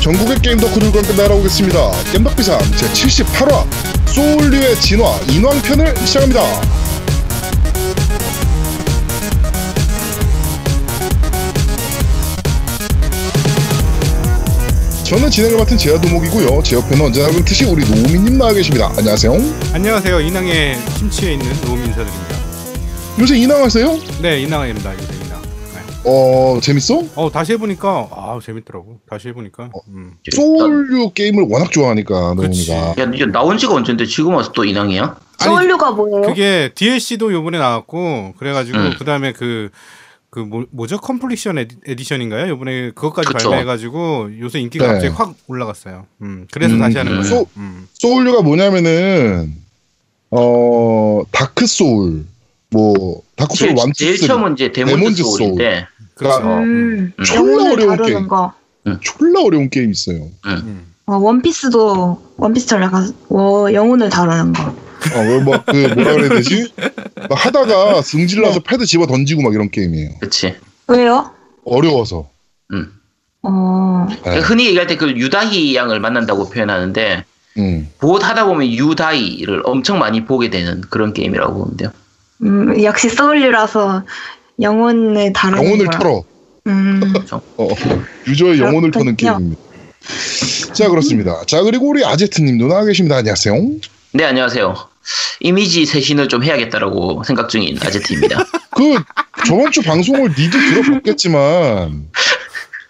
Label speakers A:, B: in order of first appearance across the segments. A: 전국의 게임 덕후들과 함께 날아오겠습니다. 겜덕비상 제78화 소울류의 진화 인왕편을 시작합니다. 저는 진행을 맡은 제아도목이고요. 제 옆에는 언제나 그렇듯이 우리 노우미님 나와 계십니다. 안녕하세요.
B: 안녕하세요. 인왕에 침체해 있는 노음 인사드립니다.
A: 요새 인왕하세요?
B: 네, 인왕입니다. 요새 인왕. 네.
A: 어 재밌어?
B: 어 다시 해보니까 아 재밌더라고. 다시 해보니까.
C: 어?
B: 음.
A: 소울류 게임을 워낙 좋아하니까 노우미가.
D: 야, 이제 나온 지가 언젠데 지금 와서 또 인왕이야?
B: 아니,
C: 서울류가 뭐예요?
B: 그게 DLC도 요번에 나왔고 그래가지고
D: 음.
B: 그다음에 그. 그 뭐, 뭐죠 컴플리션 에디, 에디션인가요? 요번에 그것까지
D: 그쵸.
B: 발매해가지고 요새 인기가
A: 네.
B: 갑자기 확 올라갔어요. 음, 그래서
D: 음,
B: 다시 하는
D: 음.
B: 거예요.
A: 소-
B: 음.
A: 소울류가 뭐냐면은 어 다크 소울 뭐 다크 소울
D: 제일,
A: 완
D: 제일 처음은 이제 데몬즈
A: 데몬즈 소울.
D: 소울인데
B: 그렇죠.
C: 음,
D: 음.
A: 졸라
C: 영혼을
A: 어려운
C: 다루는
A: 게임.
C: 거.
A: 졸라 어려운 게임 있어요.
B: 음.
C: 어, 원피스도 원피스처럼 약간 어, 영혼을 다루는 거.
A: 어막그 뭐라 그래야 되지? 막 하다가 승질나서 패드 집어 던지고 막 이런 게임이에요.
D: 그치
C: 왜요?
A: 어려워서.
D: 음.
C: 어,
A: 네.
D: 그러니까 흔히 얘기할 때 그 유다희 양을 만난다고 표현하는데
A: 음.
D: 곧 하다 보면 유다희를 엄청 많이 보게 되는 그런 게임이라고 보면 돼요
C: 음, 역시 서울류라서 영혼을 다루는
A: 영혼을
C: 거야.
A: 털어.
C: 음,
A: 어, 유저의 영혼을 터는
C: 그렇군요.
A: 게임입니다. 자 그렇습니다. 자 그리고 우리 아제트님도 나와 계십니다. 안녕하세요.
D: 네 안녕하세요 이미지 세신을 좀 해야겠다라고 생각 중인 아제트입니다
A: 그 저번 주 방송을 니도 들어봤겠지만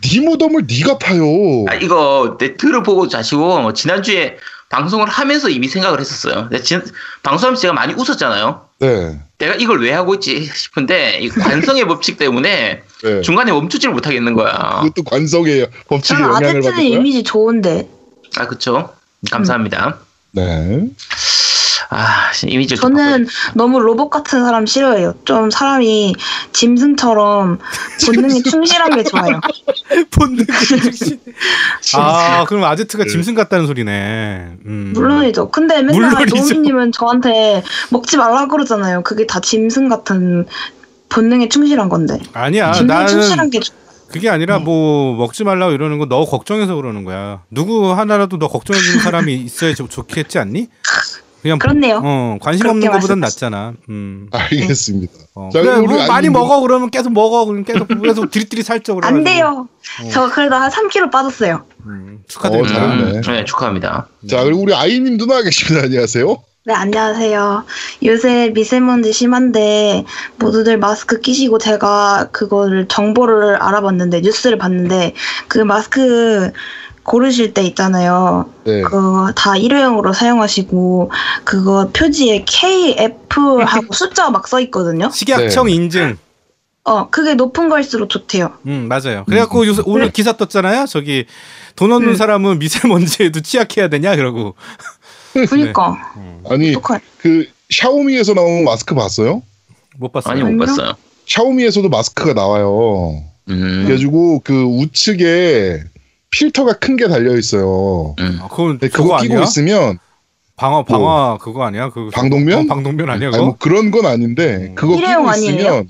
A: 니 무덤을 니가 파요.
D: 아, 이거 내 들어보고 자시고 뭐 지난주에 방송을 하면서 이미 생각을 했었어요 근데 진- 방송하면서 제가 많이 웃었잖아요
A: 네.
D: 내가 이걸 왜 하고 있지 싶은데 이 관성의 법칙 때문에
A: 네.
D: 중간에 멈추지를 못하겠는
B: 아.
D: 거야
A: 그것도 관성의 법칙에
C: 저는
A: 영향을 받을 거야.
C: 아제트는 이미지 좋은데
D: 아, 그쵸. 감사합니다.
A: 네.
D: 아, 이미지를 좀
C: 저는 너무 로봇 같은 사람 싫어해요. 좀 사람이 짐승처럼 본능에 충실한 게 좋아요.
B: 본드 김승. 아 그럼 아제트가 짐승 같다는 소리네. 음.
C: 물론이죠. 근데 맨날
B: 물론이죠.
C: 노미님은 저한테 먹지 말라 그러잖아요. 그게 다 짐승 같은 본능에 충실한 건데.
B: 아니야.
C: 짐승
B: 나는
C: 충실한 게 좋-
B: 그게 아니라 뭐 먹지 말라고 이러는 거 너 걱정해서 그러는 거야. 누구 하나라도 너 걱정해주는 사람이 있어야 좋, 좋겠지 않니? 그냥
C: 그렇네요.
B: 어, 관심
C: 그렇게
B: 없는 것보단
C: 말씀하시죠.
B: 낫잖아. 음.
A: 알겠습니다.
B: 어.
A: 자,
B: 그래,
A: 그럼
B: 뭐
A: 우리
B: 많이
A: 아이님도-
B: 먹어 그러면 계속 먹어 그럼 계속 계속 디리디리 살쪄 그래.
C: 안 돼요.
B: 어.
C: 저 그래도 한 3kg 빠졌어요.
B: 음,
D: 바꿔-
B: 축하드립니다.
A: 어, 잘했네.
D: 음, 네, 축하합니다.
A: 자 그리고 우리 아이님도 나와 계십니다. 안녕하세요.
C: 네, 안녕하세요. 요새 미세먼지 심한데 모두들 마스크 끼시고 제가 그거를 정보를 알아봤는데 뉴스를 봤는데 그 마스크 고르실 때 있잖아요.
A: 네.
C: 그거 다 일회용으로 사용하시고 그거 표지에 KF 하고 숫자 막 써 있거든요.
B: 식약청
A: 네.
B: 인증.
C: 어, 그게 높은 걸수록 좋대요.
B: 음 맞아요. 그래갖고 요새 오늘 기사 떴잖아요. 저기 돈 없는
C: 네. 음.
B: 사람은 미세먼지에도 취약해야 되냐 그러고.
C: 그니까
A: 아니
C: 똑같.
A: 그 샤오미에서 나온 마스크 봤어요?
B: 못 봤어요.
D: 많이 못
C: 아니요?
D: 봤어요.
A: 샤오미에서도 마스크가 나와요.
D: 음,
A: 그래가지고 그 우측에 필터가 큰 게 달려 있어요.
D: 음.
B: 아, 그건
A: 근데
B: 그거
A: 네, 그거 끼고
B: 아니야?
A: 있으면
B: 방어 방화 그거 아니야? 그
A: 방독면?
B: 어, 방독면 아니야
A: 아니
B: 그거?
A: 뭐 그런 건 아닌데
B: 음.
A: 그거
C: 일회용
A: 끼고
C: 아니에요?
A: 있으면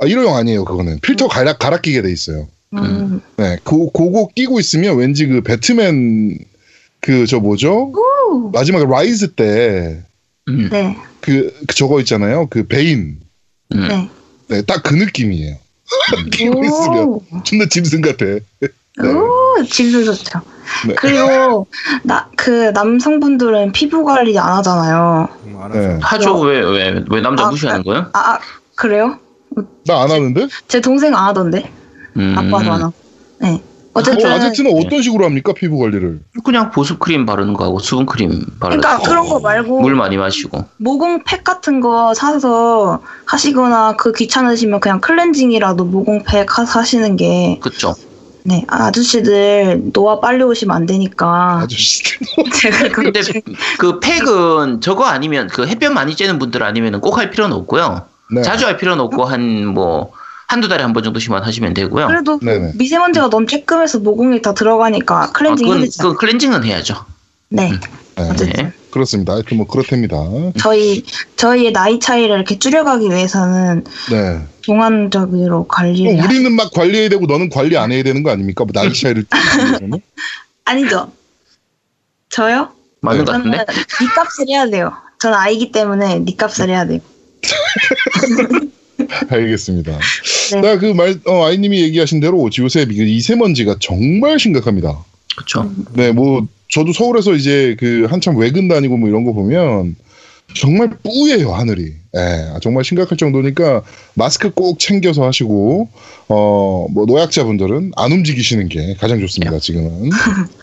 A: 아, 일회용 아니에요. 그거는 필터 갈아 갈아 끼게 돼 있어요.
C: 음.
A: 네, 그 그거 끼고 있으면 왠지 그 배트맨 그 저 뭐죠?
C: 오.
A: 마지막에 라이즈 때
D: 음,
C: 네.
A: 그, 그 저거 있잖아요. 그 베인.
D: 음.
C: 네.
A: 네, 딱 그 느낌이에요. 끼고 있으면
C: 오.
A: 존나 짐승 같아. 네.
C: 오, 질도 좋죠.
A: 네.
C: 그리고 나 그 남성분들은 피부 관리 안 하잖아요.
B: 음, 알았어.
A: 네.
D: 하죠. 왜, 왜, 왜 남자
C: 아,
D: 무시하는 거예요?
C: 아, 아, 그래요?
A: 나 안 하는데?
C: 제 동생 안 하던데.
D: 음,
C: 아빠도 안 하고. 네.
A: 어,
C: 어쨌든
A: 아제트는 어떤 식으로 합니까? 피부 관리를.
D: 그냥 보습 크림 바르는 거하고 수분 크림 바르는
C: 그러니까
D: 거.
C: 그런 거 말고
D: 물 많이 마시고.
C: 모공팩 같은 거 사서 하시거나 그 귀찮으시면 그냥 클렌징이라도 모공팩 하- 하시는 게
D: 그쵸.
C: 네. 아, 아저씨들 노화 빨리 오시면 안 되니까.
A: 아저씨.
C: 제가 그
D: 근데 그 팩은 저거 아니면 그 햇볕 많이 쬐는 분들 아니면 꼭 할 필요는 없고요.
A: 네.
D: 자주 할 필요는 없고 한 뭐, 한두 달에 한 번 정도씩만 하시면 되고요.
C: 그래도
A: 네네.
C: 미세먼지가 너무 쬐끔해서 모공이 다 들어가니까
D: 아,
C: 클렌징
D: 그건, 음,
C: 해야 되잖아.
D: 그 클렌징은 해야죠.
C: 네.
A: 네,
C: 어쨌든.
A: 그렇습니다. 하여튼 뭐 그렇답니다.
C: 저희 저희의 나이 차이를 이렇게 줄여가기 위해서는
A: 네.
C: 종합적으로 관리를 하-
A: 어, 우리는 막 관리해야 되고 너는 관리 안 해야 되는 거 아닙니까? 뭐 나이 차이를 좀
C: 아니죠. 저요?
D: 맞는 것
C: 저는
D: 같은데?
C: 니 값을 해야 돼요. 저는 아이기 때문에 니 값을 해야 돼요.
A: 알겠습니다.
C: 네.
A: 나 그 말, 어, 아이님이 얘기하신 대로 요새 미세먼지가 정말 심각합니다.
D: 그쵸.
A: 네, 뭐 저도 서울에서 이제 그 한참 외근 다니고 뭐 이런 거 보면 정말 뿌예요 하늘이. 예, 정말 심각할 정도니까 마스크 꼭 챙겨서 하시고 어 뭐 노약자분들은 안 움직이시는 게 가장 좋습니다 지금은.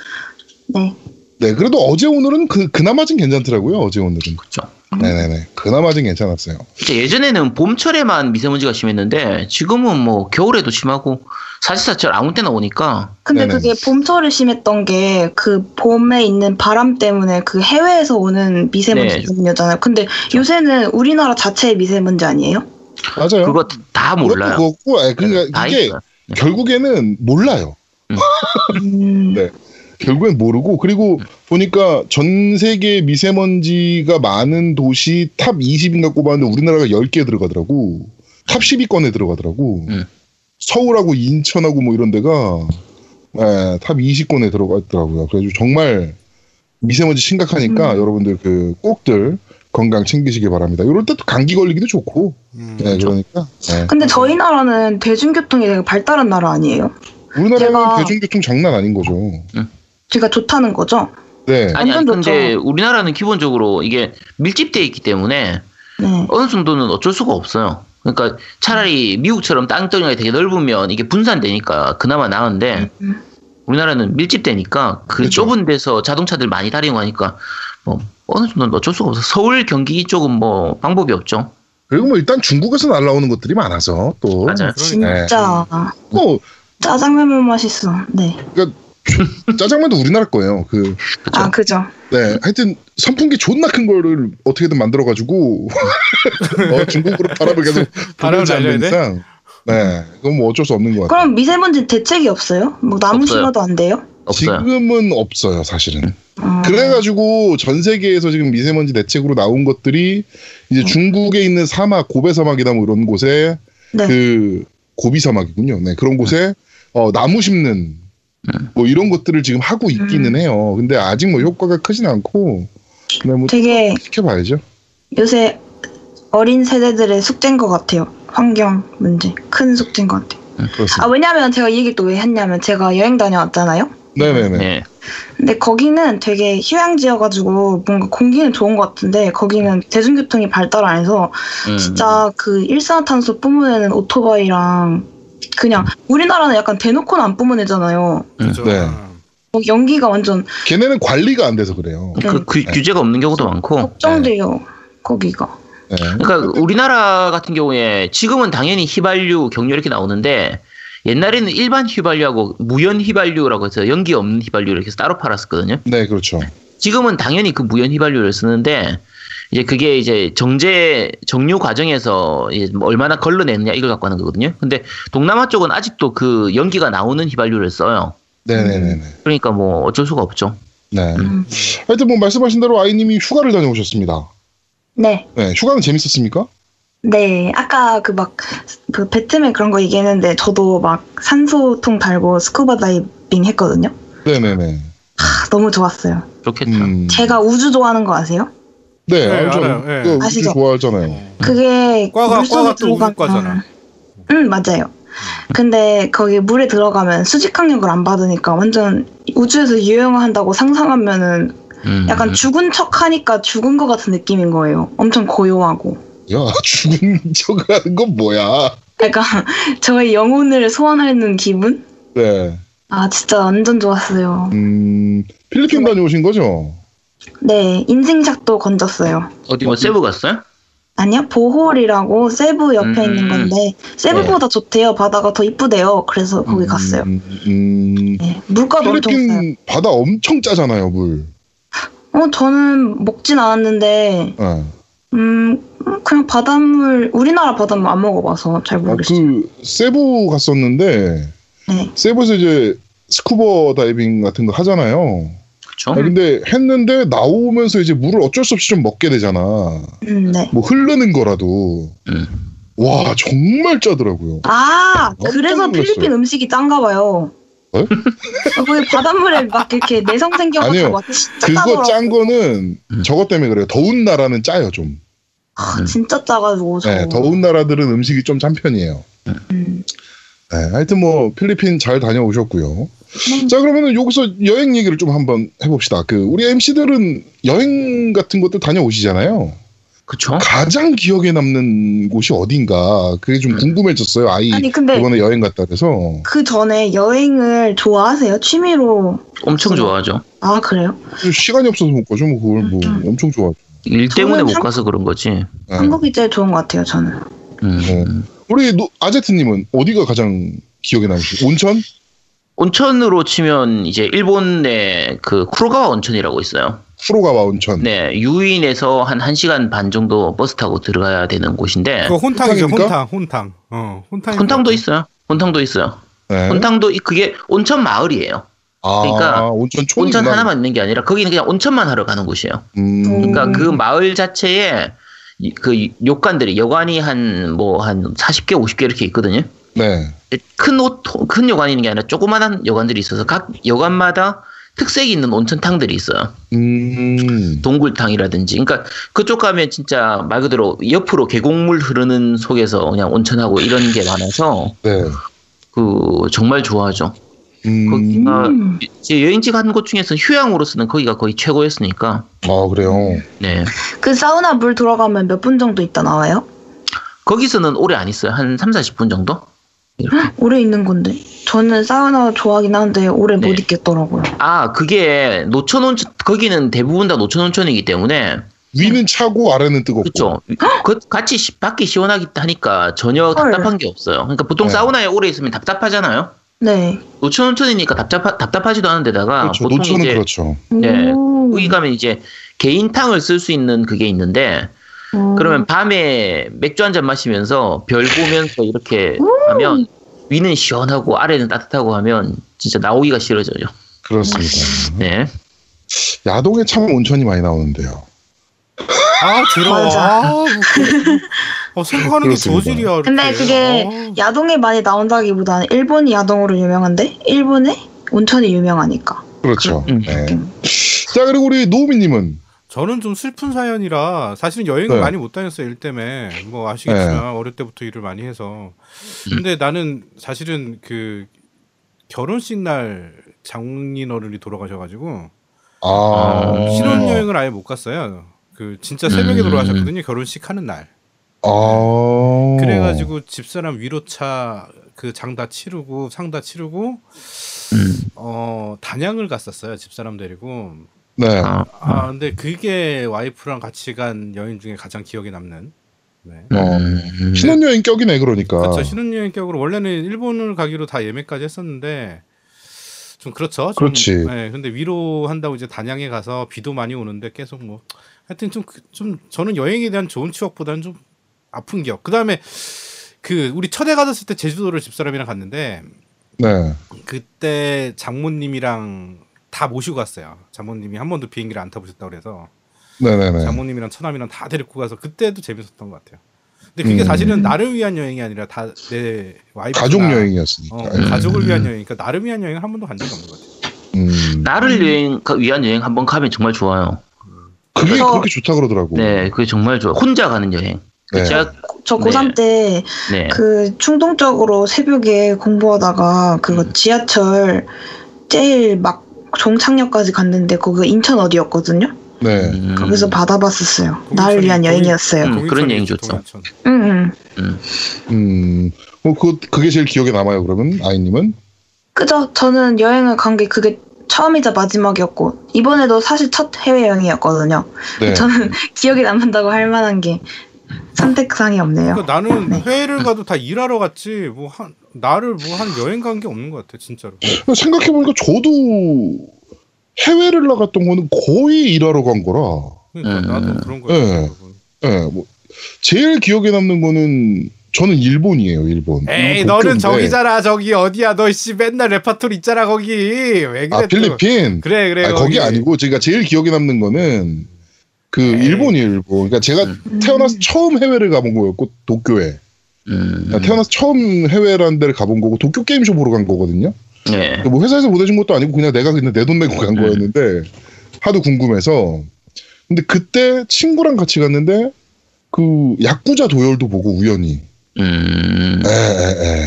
C: 네.
A: 네, 그래도 어제 오늘은 그 그나마 좀 괜찮더라고요 어제 오늘은.
D: 그쵸.
A: 네네네, 그나마 좀 괜찮았어요.
D: 진짜 예전에는 봄철에만 미세먼지가 심했는데 지금은 뭐 겨울에도 심하고 사실사철 아무 때나 오니까
C: 근데
A: 네네.
C: 그게 봄철에 심했던 게 그 봄에 있는 바람 때문에 그 해외에서 오는 미세먼지
D: 네.
C: 때문이었잖아요. 근데
A: 그렇죠.
C: 요새는 우리나라 자체의 미세먼지 아니에요?
A: 맞아요.
D: 그거 다 몰라요.
A: 네.
D: 음,
A: 그것도 그렇고, 예, 그러니까
D: 다
A: 이게
D: 있어요.
A: 결국에는 몰라요.
C: 음,
A: 네. 결국엔 모르고 그리고
D: 음.
A: 보니까 전 세계 미세먼지가 많은 도시 탑 20인가 꼽았는데 우리나라가 10개 들어가더라고. 탑 10위권에 들어가더라고.
D: 음.
A: 서울하고 인천하고 뭐 이런 데가 예, 탑 20권에 들어가 있더라고요. 그래서 정말 미세먼지
C: 음.
A: 심각하니까 여러분들 그 꼭들 건강 챙기시기 바랍니다. 이럴 때 또 감기 걸리기도 좋고.
B: 음.
A: 예,
D: 그렇죠.
A: 그러니까. 예.
C: 근데 저희 나라는 대중교통이 되게 발달한 나라 아니에요?
A: 우리나라는
C: 그 제가-
A: 대중교통 장난 아닌 거죠.
C: 제가 좋다는 거죠?
A: 네.
D: 아니, 아니
C: 완전 좋죠.
D: 근데 우리나라는 기본적으로 이게 밀집돼 있기 때문에
C: 네.
D: 어느 정도는 어쩔 수가 없어요. 그러니까 차라리 미국처럼 땅덩이가 되게 넓으면 이게 분산되니까 그나마
A: 네.
D: 나은데
C: 음.
D: 우리나라는 밀집되니까 그
A: 그쵸.
D: 좁은 데서 자동차들 많이 다니고하니까 뭐 어느 정도는 어쩔 수가 없어. 서울, 경기 이쪽은 뭐 방법이 없죠.
A: 그리고 뭐 일단 중국에서 날라오는 것들이 많아서 또
D: 맞아요.
C: 진짜
A: 뭐
C: 짜장면만 맛있어. 네.
A: 짜장면도 우리나라 거예요. 그,
C: 아 그죠.
A: 네. 하여튼 선풍기 존나 큰 거를 어떻게든 만들어가지고 어, 중국으로 바람을 계속
B: 바람을
A: 불면서 안
B: 날려야 돼?
A: 이상, 네. 그건 뭐 어쩔 수 없는 것 같아요.
C: 그럼 미세먼지 대책이 없어요? 뭐 나무
D: 없어요.
C: 심어도 안 돼요?
D: 없어요. 음.
A: 지금은 없어요, 사실은.
C: 어,
A: 그래가지고 전 세계에서 지금 미세먼지 대책으로 나온 것들이
D: 음.
A: 이제 중국에 있는 사막, 고베 사막이나 뭐 이런 곳에
C: 네.
A: 그 고비 사막이군요. 네, 그런 곳에 어, 나무 심는 뭐 이런 것들을 지금 하고
C: 음.
A: 있기는 해요. 근데 아직 뭐 효과가 크진 않고 그냥 뭐
C: 되게
A: 지켜봐야죠.
C: 요새 어린 세대들의 숙제인 것 같아요. 환경 문제 큰 숙제인 것 같아요.
A: 그렇습니다.
C: 아 왜냐면 제가 이 얘기 또 왜 했냐면 제가 여행 다녀왔잖아요.
A: 네네네.
D: 네.
C: 근데 거기는 되게 휴양지여가지고 뭔가 공기는 좋은 것 같은데 거기는 대중교통이 발달 안 해서
D: 음.
C: 진짜 그 일산화탄소 뿜어내는 오토바이랑 그냥 우리나라는 약간 대놓고는 안 뿜어내잖아요.
B: 그렇죠.
A: 네.
C: 뭐 연기가 완전
A: 걔네는 관리가 안 돼서 그래요.
D: 그, 그 규제가 없는 경우도
A: 어,
C: 어.
D: 많고.
C: 걱정돼요. 거기가.
A: 네.
D: 그러니까 우리나라 같은 경우에 지금은 당연히 휘발유, 경유 이렇게 나오는데 옛날에는 일반 휘발유하고 무연 휘발유라고 해서 연기 없는 휘발유를 이렇게 해서 따로 팔았었거든요.
A: 네, 그렇죠.
D: 지금은 당연히 그 무연 휘발유를 쓰는데 이제 그게 이제 정제 정류 과정에서 이제 뭐 얼마나 걸러내느냐 이걸 갖고 하는 거거든요. 근데 동남아 쪽은 아직도 그 연기가 나오는 휘발유를 써요.
A: 네네네네.
D: 그러니까 뭐 어쩔 수가 없죠.
A: 네.
C: 음.
A: 하여튼 뭐 말씀하신 대로 아이님이 휴가를 다녀오셨습니다.
C: 네.
A: 네, 휴가는 재밌었습니까?
C: 네, 아까 그 막, 그 배트맨 그런 거 얘기했는데, 저도 막 산소통 달고 스쿠버 다이빙 했거든요.
A: 네네네.
C: 아, 너무 좋았어요.
D: 좋겠다.
A: 음.
C: 제가 우주 좋아하는 거 아세요?
A: 네,
B: 네,
A: 알죠.
B: 알아요. 네.
A: 그거 우주
C: 아시죠?
A: 좋아하잖아요.
C: 그게
B: 과가-
C: 물속에
B: 과가 또 우주
C: 들어가면-
B: 과잖아. 음.
C: 응, 맞아요. 근데 거기 물에 들어가면 수직항력을 안 받으니까 완전 우주에서 유영한다고 상상하면은
D: 음.
C: 약간 죽은 척 하니까 죽은 것 같은 느낌인 거예요. 엄청 고요하고.
A: 야, 죽은 척하는 건 뭐야?
C: 그러니까 저의 영혼을 소환하는 기분?
A: 네.
C: 아, 진짜 완전 좋았어요.
A: 음, 필리핀 다녀오신 거죠?
C: 네, 인증샷도 건졌어요.
D: 어디 뭐 세부 갔어요?
C: 아니요, 보홀이라고 세부 옆에
D: 음.
C: 있는 건데 세부보다 좋대요. 바다가 더 이쁘대요. 그래서 거기 갔어요.
A: 네. 음, 음,
C: 네, 물가도 엄청 싸요.
A: 필리핀 바다 엄청 짜잖아요, 물.
C: 어, 저는 먹진 않았는데
A: 네. 아,
C: 음 음, 그냥 바닷물 우리나라 바닷물 안 먹어봐서 잘 모르겠어요.
A: 그 세부 갔었는데
C: 네,
A: 세부에서 이제 스쿠버 다이빙 같은 거 하잖아요.
D: 그쵸?
A: 아,
C: 음.
A: 근데 했는데 나오면서 이제 물을 어쩔 수 없이 좀 먹게 되잖아.
C: 음, 네,
A: 뭐 흐르는 거라도.
D: 음.
A: 와 정말 짜더라고요.
C: 아, 그래서
A: 놀랐어요.
C: 필리핀 음식이 짠가 봐요.
A: 에?
C: 어, 거기 바닷물에 막 이렇게 내성
A: 아니요.
C: 생겨가지고 막 진짜
A: 그거
C: 짜더라고.
A: 짠 거는
D: 음.
A: 저것 때문에 그래요. 더운 나라는 짜요 좀.
C: 아, 진짜 짜가지고. 저.
D: 어.
A: 네, 더운 나라들은 음식이 좀 짠 편이에요.
C: 음.
A: 네, 하여튼 뭐 필리핀 잘 다녀오셨고요.
C: 네.
A: 자 그러면은 여기서 여행 얘기를 좀 한번 해봅시다. 그 우리 MC들은 여행 같은 것도 다녀오시잖아요.
D: 그쵸?
A: 가장 기억에 남는 곳이 어딘가 그게
D: 네.
A: 좀 궁금해졌어요. 아이
C: 아니 근데
A: 이번에 여행 갔다 그래서
C: 그 전에 여행을 좋아하세요? 취미로?
D: 엄청 좋아하죠.
C: 아 그래요?
A: 시간이 없어서 못 가죠. 뭐 그걸 뭐
C: 음.
A: 엄청 좋아.
D: 일 때문에
C: 저는
D: 못
C: 한-
D: 가서 그런 거지.
A: 네.
C: 한국이 제일 좋은 것 같아요 저는.
D: 음.
A: 네. 우리 노- 아제트님은 어디가 가장 기억에 남으세요? 온천?
D: 온천으로 치면 이제 일본의 그 쿠로가와 온천이라고 있어요.
A: 프로가와 온천.
D: 네, 유인에서 한 1시간 반 정도 버스 타고 들어가야 되는 곳인데
B: 그거 혼탕이죠,
A: 혼탕입니까?
B: 혼탕, 혼탕. 어, 혼탕.
D: 혼탕도 있어요. 혼탕도 있어요.
A: 네.
D: 혼탕도 이- 그게 온천 마을이에요.
A: 아,
D: 그러니까
A: 온천 촌이
D: 온천 하나만 있는 게 아니라 거기는 그냥 온천만 하러 가는 곳이에요.
A: 음,
D: 그러니까
C: 음.
D: 그 마을 자체에 이- 그 요관들이 여관이 한 뭐 한 40개 50개 이렇게 있거든요.
A: 네.
D: 큰 옷, 큰 여관이 있는 게 아니라 조그만한 여관들이 있어서 각 여관마다 특색이 있는 온천탕들이 있어요.
A: 음,
D: 동굴탕이라든지. 그러니까 그쪽 가면 진짜 말 그대로 옆으로 계곡물 흐르는 속에서 그냥 온천하고 이런 게 많아서
A: 네.
D: 그 정말 좋아하죠.
A: 음,
D: 거기가
C: 음.
D: 제 여행지 간 곳 중에서 휴양으로서는 거기가 거의 최고였으니까.
A: 아, 그래요.
D: 네.
C: 그 사우나 물 들어가면 몇 분 정도 있다 나와요?
D: 거기서는 오래 안 있어요. 한 3, 40분 정도?
C: 오래 있는 건데. 저는 사우나 좋아하긴 하는데 오래 못
D: 네.
C: 있겠더라고요.
D: 아, 그게 노천온천, 거기는 대부분 다 노천온천이기 때문에
A: 위는 차고 아래는 뜨겁고.
D: 그렇죠. 그- 같이 시- 밖이 시원하기 하니까 전혀
C: 헐.
D: 답답한 게 없어요. 그러니까 보통
A: 네.
D: 사우나에 오래 있으면 답답하잖아요.
C: 네.
D: 노천 온천이니까 답답하, 답답하지도 않은데다가
A: 그렇죠.
D: 아, 보통
A: 노천은
D: 이제
A: 그렇죠.
D: 네.
C: 오.
D: 거기 가면 이제 개인탕을 쓸 수 있는 그게 있는데
C: 오.
D: 그러면 밤에 맥주 한 잔 마시면서 별 보면서 이렇게 하면 위는 시원하고 아래는 따뜻하고 하면 진짜 나오기가 싫어져요.
A: 그렇습니다.
D: 네.
A: 야동에 참 온천이 많이 나오는데요.
B: 아, 들어.
C: 맞아.
B: 아, 뭐 그- 어, 생각하는 게
A: 그렇습니다.
B: 저질이야. 이렇게.
C: 근데 그게
B: 어.
C: 야동에 많이 나온다기보다는 일본이 야동으로 유명한데 일본에 온천이 유명하니까.
A: 그렇죠.
D: 음.
A: 네. 자, 그리고 우리 노우미님은
B: 저는 좀 슬픈 사연이라 사실은 여행을
A: 네.
B: 많이 못 다녔어요 일 때문에 뭐 아시겠지만 어릴 때부터 일을 많이 해서 근데 나는 사실은 그 결혼식 날 장인어른이 돌아가셔가지고
A: 아,
B: 신혼여행을 아예 못 갔어요 그 진짜 새벽에
D: 음.
B: 돌아가셨거든요 결혼식 하는 날
A: 아,
B: 그래가지고 집사람 위로차 그 장 다 치르고 상 다 치르고
D: 음.
B: 어 단양을 갔었어요 집사람 데리고
A: 네.
D: 아,
B: 아 근데 그게 와이프랑 같이 간 여행 중에 가장 기억에 남는 네.
D: 음.
A: 어. 신혼여행 격이네 그러니까.
B: 그렇죠. 신혼여행 격으로 원래는 일본을 가기로 다 예매까지 했었는데 좀 그렇죠. 좀,
A: 그렇지.
B: 네, 근데 위로한다고 이제 단양에 가서 비도 많이 오는데 계속 뭐 하여튼 좀 좀 저는 여행에 대한 좋은 추억보다는 좀 아픈 기억. 그다음에 그 우리 첫해 가졌을 때 제주도를 집사람이랑 갔는데
A: 네.
B: 그때 장모님이랑 다 모시고 갔어요. 장모님이 한 번도 비행기를 안 타보셨다 그래서
A: 네네네.
B: 장모님이랑 처남이랑 다 데리고 가서 그때도 재밌었던 것 같아요. 근데 그게
A: 음.
B: 사실은 나를 위한 여행이 아니라 다 내 와이프
A: 가족 여행이었으니까.
B: 어,
A: 예.
B: 가족을 위한 여행이니까 나를 위한 여행을 한 번도 간 적이 없는 것 같아요.
A: 음.
D: 나를 여행, 가- 위한 여행 한번 가면 정말 좋아요.
A: 그게
C: 그래서-
A: 그렇게 좋다 그러더라고.
D: 네, 그게 정말 좋아. 혼자 가는 여행. 그
A: 네.
D: 제가,
C: 저
D: 네.
C: 고3
D: 네.
C: 때 그 충동적으로 새벽에 공부하다가 그거 지하철 제일 막 종착역까지 갔는데 거기 인천 어디였거든요.
A: 네.
D: 음.
C: 거기서 받아봤었어요. 나를
B: 동인천이-
C: 위한
B: 동인-
C: 여행이었어요. 음.
D: 음, 그런
B: 동인천이
D: 여행
B: 있죠,
D: 좋죠.
B: 동인천.
C: 응, 응.
A: 음. 뭐 그, 그게 제일 기억에 남아요, 그러면? 아이님은?
C: 그죠? 저는 여행을 간 게 그게 처음이자 마지막이었고 이번에도 사실 첫 해외여행이었거든요.
A: 네.
C: 저는 기억에 남는다고 할 만한 게 선택상이 없네요.
B: 그러니까 나는 회의를 가도 다 일하러 갔지 뭐 한 나를 뭐 한 여행 간 게 없는 것 같아 진짜로.
A: 생각해보니까 저도 해외를 나갔던 거는 거의 일하러 간 거라.
B: 그러니까
D: 음.
B: 나도 그런 거예요.
A: 네.
B: 여러분.
A: 예, 뭐, 제일 기억에 남는 거는 저는 일본이에요, 일본.
B: 에이
A: 일본
B: 너는
A: 도쿄인데.
B: 저기잖아 저기 어디야 너 씨 맨날 레파토리 있잖아 거기 왜 그래
A: 아, 필리핀?
B: 그래 그래
A: 아, 거기 아니고, 제가 제일 기억에 남는 거는 그
B: 에이.
A: 일본이에요, 일본. 그러니까 제가
C: 음.
A: 태어나서 처음 해외를 가본 거였고, 도쿄에. 그러니까
D: 음.
A: 아, 태어나서 처음 해외라는 데를 가본 거고 도쿄 게임쇼 보러 간 거거든요.
D: 네.
A: 뭐 회사에서 보내준 것도 아니고 그냥 내가 그냥 내 돈 내고 간
D: 네.
A: 거였는데 하도 궁금해서 근데 그때 친구랑 같이 갔는데 그 야쿠자 도열도 보고 우연히
D: 음.
A: 네. 에에에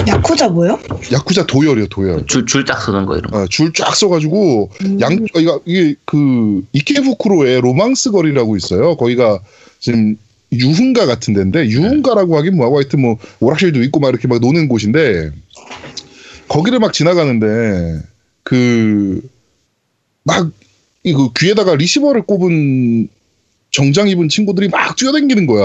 C: 음. 야쿠자 뭐요?
A: 야쿠자 도열이요 도열
D: 줄, 줄딱 서는 거, 이런 거.
A: 줄 쫙 써가지고
C: 음.
A: 양 어, 이거- 이게 그 이케부쿠로의 로망스 거리라고 있어요 거기가 지금 유흥가 같은 데인데 유흥가라고 하긴 뭐하고 하여튼 뭐 오락실도 있고 막 이렇게 막 노는 곳인데 거기를 막 지나가는데 그 막 이거 귀에다가 리시버를 꼽은 정장 입은 친구들이 막 뛰어다니는 거야.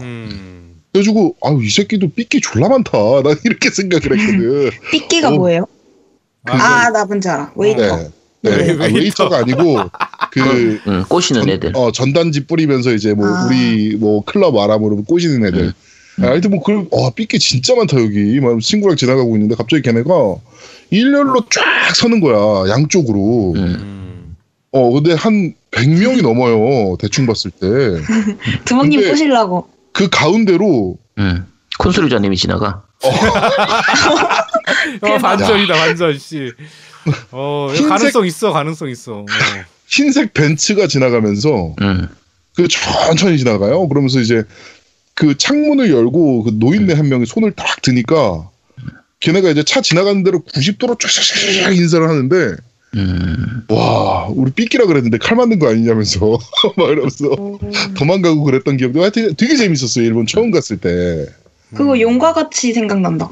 B: 음.
A: 그래가지고 아유 이 새끼도 삐끼 졸라 많다. 난 이렇게 생각을 했거든.
C: 삐끼가
A: 어.
C: 음, 뭐예요? 아, 나 뭔지 알아. 웨이터.
A: 네. 네.
B: 웨이-
A: 아, 웨이터가 아니고 그
D: 응, 음, 꼬시는 애들.
A: 어, 전단지 뿌리면서 이제 뭐
C: 아.
A: 우리 뭐 클럽 아람으로 꼬시는 애들.
D: 음.
A: 아, 하여튼 뭐 그런 어, 삐끼 진짜 많다 여기. 막 친구랑 지나가고 있는데 갑자기 걔네가 일렬로 쫙 서는 거야 양쪽으로.
D: 음.
B: 음.
A: 어 근데 한 100명이 넘어요 대충 봤을 때 그
C: 두목님
A: 근데-
C: 꼬시려고.
A: 가운데로
D: 응. 음. 콘솔유자님이 지나가.
B: 어, 반전이다 반전 씨. 어
A: 흰색-
B: 가능성 있어 가능성 있어. 어.
A: 흰색 벤츠가 지나가면서
D: 응.
A: 그 천천히 지나가요. 그러면서 이제 그 창문을 열고 그 노인네 한 명이 손을 딱 드니까 걔네가 이제 차 지나가는 대로 90도로 쫙쫙쫙 인사를 하는데
D: 음.
A: 와 우리 삐끼라 그랬는데 칼 맞는 거 아니냐면서 막 이러면서 도망가고 그랬던 기억도 하여튼 되게 재밌었어요 일본 처음 갔을 때
D: 음.
C: 그거 용과 같이 생각난다.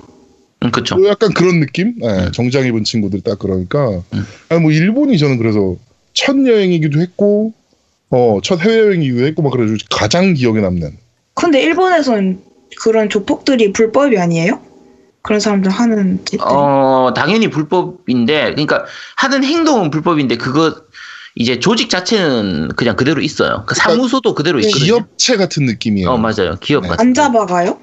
D: 응, 음, 그쵸.
A: 또 약간 그런 느낌 예,
D: 음.
A: 정장 입은 친구들 딱 그러니까
D: 음.
A: 아니 뭐 일본이 저는 그래서 첫 여행이기도 했고 어첫 해외 여행이기도 했고 막 그래가지고 가장 기억에 남는
C: 근데 일본에선 그런 조폭들이 불법이 아니에요? 그런 사람들 하는 짓들.
D: 어, 당연히 불법인데, 그러니까 하는 행동은 불법인데, 그거, 이제 조직 자체는 그냥 그대로 있어요. 그 사무소도 그대로 있거든요.
A: 그러니까 기업체 같은 느낌이에요.
D: 어, 맞아요. 기업
A: 네.
D: 같은.
C: 안 잡아가요?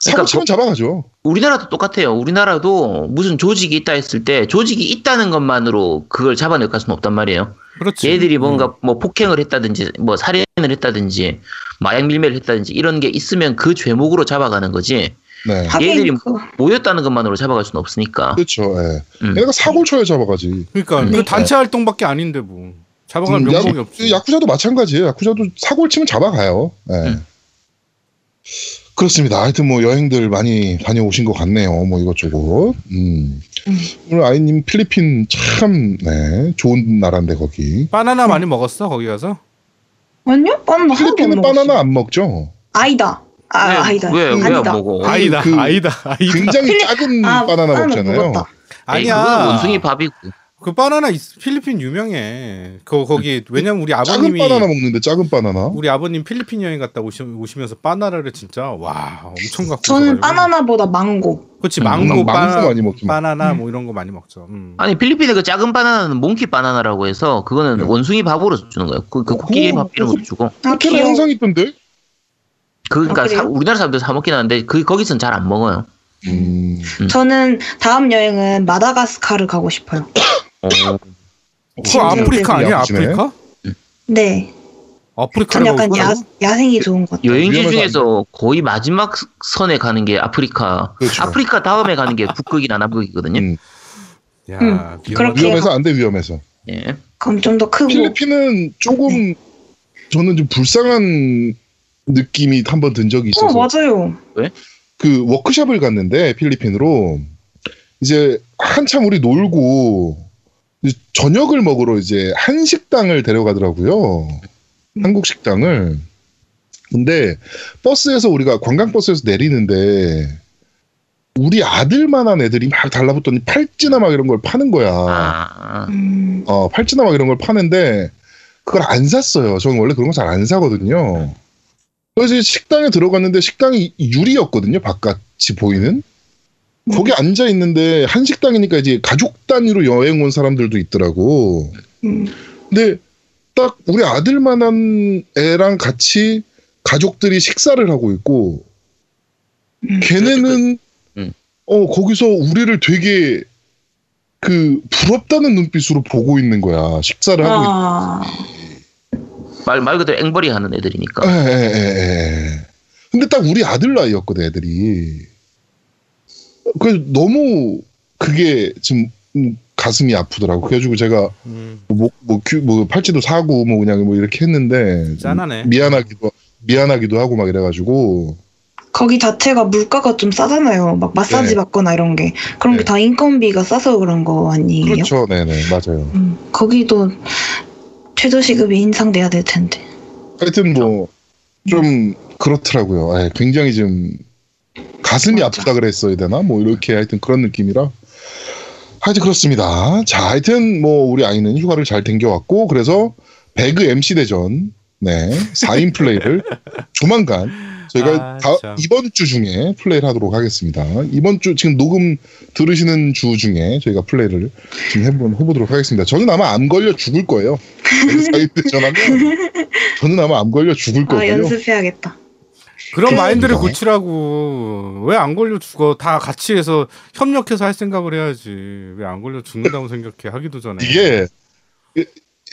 A: 사고
D: 그러니까
A: 치면
D: 뭐-
A: 잡아가죠.
D: 우리나라도 똑같아요. 우리나라도 무슨 조직이 있다 했을 때 조직이 있다는 것만으로 그걸 잡아낼 가수는 없단 말이에요.
B: 그렇지.
D: 얘들이
A: 음.
D: 뭔가 뭐 폭행을 했다든지 뭐 살인을 했다든지 마약 밀매를 했다든지 이런 게 있으면 그 죄목으로 잡아가는 거지
A: 네.
D: 얘들이
C: 하긴
D: 뭐-
C: 그거.
D: 모였다는 것만으로 잡아갈 수는 없으니까.
A: 그렇죠. 예.
D: 음.
A: 얘네가 사고 쳐야 잡아가지.
B: 그러니까
D: 음.
B: 그 단체 활동밖에 아닌데 뭐 잡아갈
A: 음,
B: 명목이
A: 야-
B: 없지.
A: 야쿠자도 마찬가지예요. 야쿠자도 사고를 치면 잡아가요. 예.
C: 네.
D: 음.
A: 그렇습니다. 하여튼 뭐 여행들 많이 다녀오신 것 같네요. 뭐 이것저것. 음.
C: 음.
A: 오늘 아이님 필리핀 참 네, 좋은 나라인데 거기.
B: 바나나 많이 먹었어 거기 가서?
C: 아니요? 바나나 하나도 안
A: 필리핀은
C: 먹었어.
A: 바나나 안 먹죠.
C: 아이다. 아, 아니다.
D: 왜, 왜 안
C: 아니다.
D: 먹어?
A: 아니,
B: 아이다
A: 네. 그-
B: 아이다 아이다.
A: 굉장히
C: 필리-
A: 작은
C: 아,
A: 바나나
C: 바나나
A: 먹잖아요.
C: 먹었다.
D: 에이,
B: 아니야.
D: 그거는 원숭이 밥이고.
B: 그 바나나 있- 필리핀 유명해. 그 거기 왜냐면 우리
A: 작은
B: 아버님이
A: 바나나 먹는데 작은 바나나.
B: 우리 아버님 필리핀 여행 갔다 오시, 오시면서 바나나를 진짜 와 엄청 갖고
C: 저는
B: 오셔가지고.
C: 바나나보다 망고. 아,
B: 그렇지
D: 음,
B: 망고
A: 망고
B: 바,
A: 많이 먹지.
B: 바나나 뭐 이런 거 많이 먹죠. 음.
D: 아니 필리핀의 그 작은 바나나는 몽키 바나나라고 해서 그거는
A: 네.
D: 원숭이 밥으로 주는 거예요. 그, 그 코끼리
A: 어, 그거-
D: 밥 이런 거 주고.
C: 아,
A: 호텔에
C: 귀여워.
A: 항상 있던데.
D: 그, 그니까
C: 아, 그래요?
D: 우리나라 사람들 사 먹긴 하는데 그 거기선 잘 안 먹어요.
A: 음.
C: 저는 다음 여행은 마다가스카르 가고 싶어요.
B: 그거 아프리카 아니야
A: 야무지네.
B: 아프리카?
C: 네. 전
B: 아프리카라고
C: 약간 야,
B: 그러고?
C: 야생이 좋은 것 같아요.
D: 여행지
A: 위험해서
D: 중에서 거의 마지막 선에 가는 게 아프리카.
A: 그렇죠.
D: 아프리카 다음에 가는 게 북극이나 남극이거든요.
A: 음.
B: 야
C: 음,
B: 비용-
C: 그렇게-
A: 위험해서 안 돼 위험해서.
D: 예.
C: 그럼 좀 더 크고.
A: 필리핀은
C: 네.
A: 조금 저는 좀 불쌍한 느낌이 한 번 든 적이
C: 어,
A: 있어서
C: 맞아요.
A: 그 워크숍을 갔는데 필리핀으로 이제 한참 우리 놀고 이제 저녁을 먹으러 이제 한식당을 데려가더라고요.
C: 음.
A: 한국 식당을. 근데 버스에서 우리가 관광버스에서 내리는데 우리 아들만한 애들이 막 달라붙더니 팔찌나 막 이런 걸 파는 거야.
D: 아,
C: 음,
A: 어, 팔찌나 막 이런 걸 파는데 그걸 안 샀어요. 저는 원래 그런 거 잘 안 사거든요. 그래서 이제 식당에 들어갔는데 식당이 유리였거든요. 바깥이 보이는. 거기 앉아 있는데 한식당이니까 이제 가족 단위로 여행 온 사람들도 있더라고.
C: 음.
A: 근데 딱 우리 아들만한 애랑 같이 가족들이 식사를 하고 있고
C: 음.
A: 걔네는
D: 음.
A: 어 거기서 우리를 되게 그 부럽다는 눈빛으로 보고 있는 거야 식사를 하고 있
C: 아,
D: 말, 말 그대로 앵벌이 하는 애들이니까.
A: 예, 예, 예, 예. 근데 딱 우리 아들 나이였거든 애들이. 그래서 너무 그게 지금 음, 가슴이 아프더라고. 그래가지고 제가
B: 음,
A: 뭐, 뭐, 큐- 뭐 팔찌도 사고 뭐 그냥 뭐 이렇게 했는데
B: 짠하네.
A: 미안하기도 미안하기도 하고 막 이래가지고
C: 거기 자체가 물가가 좀 싸잖아요. 막 마사지
A: 네.
C: 받거나 이런 게. 그런
A: 네.
C: 게 다 인건비가 싸서 그런 거 아니에요?
A: 그렇죠, 네네 맞아요.
C: 음, 거기도 최저시급이 인상돼야 될 텐데.
A: 하여튼 뭐 좀 그렇더라고요. 예, 굉장히 좀 가슴이
C: 맞아.
A: 아프다 그랬어야 되나? 뭐 이렇게 하여튼 그런 느낌이라. 하여튼 그렇습니다. 자, 하여튼 뭐 우리 아이는 휴가를 잘 댕겨왔고 그래서 배그 MC 대전 네 4인 플레이를 조만간 저희가
B: 아,
A: 다-
B: 참.
A: 이번 주 중에 플레이를 하도록 하겠습니다. 이번 주 지금 녹음 들으시는 주 중에 저희가 플레이를 지금 해보, 해보도록 하겠습니다. 저는 아마 암 걸려 죽을 거예요. 사이드 전하면 저는 아마 암 걸려 죽을
C: 아,
A: 거고요.
C: 연습해야겠다.
B: 그런 마인드를
A: 그러니까.
B: 고치라고 왜 안 걸려 죽어? 다 같이 해서 협력해서 할 생각을 해야지. 왜 안 걸려 죽는다고 생각해? 하기도 전에.
A: 이게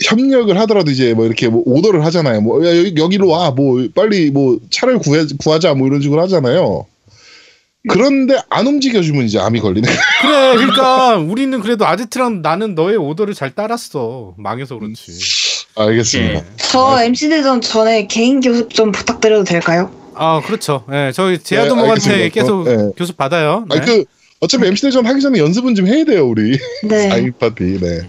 A: 협력을 하더라도 이제 뭐 이렇게 뭐 오더를 하잖아요. 뭐 야, 여기, 여기로 와, 뭐 빨리 뭐 차를 구해, 구하자, 뭐 이런 식으로 하잖아요.
C: 네.
A: 그런데 안 움직여주면 이제 암이 걸리네.
B: 그래. 그러니까 우리는 그래도 아제트랑 나는 너의 오더를 잘 따랐어. 망해서 그렇지.
A: 알겠습니다.
D: 예.
C: 저
A: 아,
C: MC 대전 전에 개인 교습 좀 부탁드려도 될까요?
B: 아 그렇죠. 예, 저희
A: 네,
B: 제아도목한테
A: 알겠습니다.
B: 계속
A: 네.
B: 교습 받아요. 네.
A: 아니 그 어차피 MC 대전 하기 전에 연습은 좀 해야 돼요, 우리.
C: 네.
A: 아이 파티 네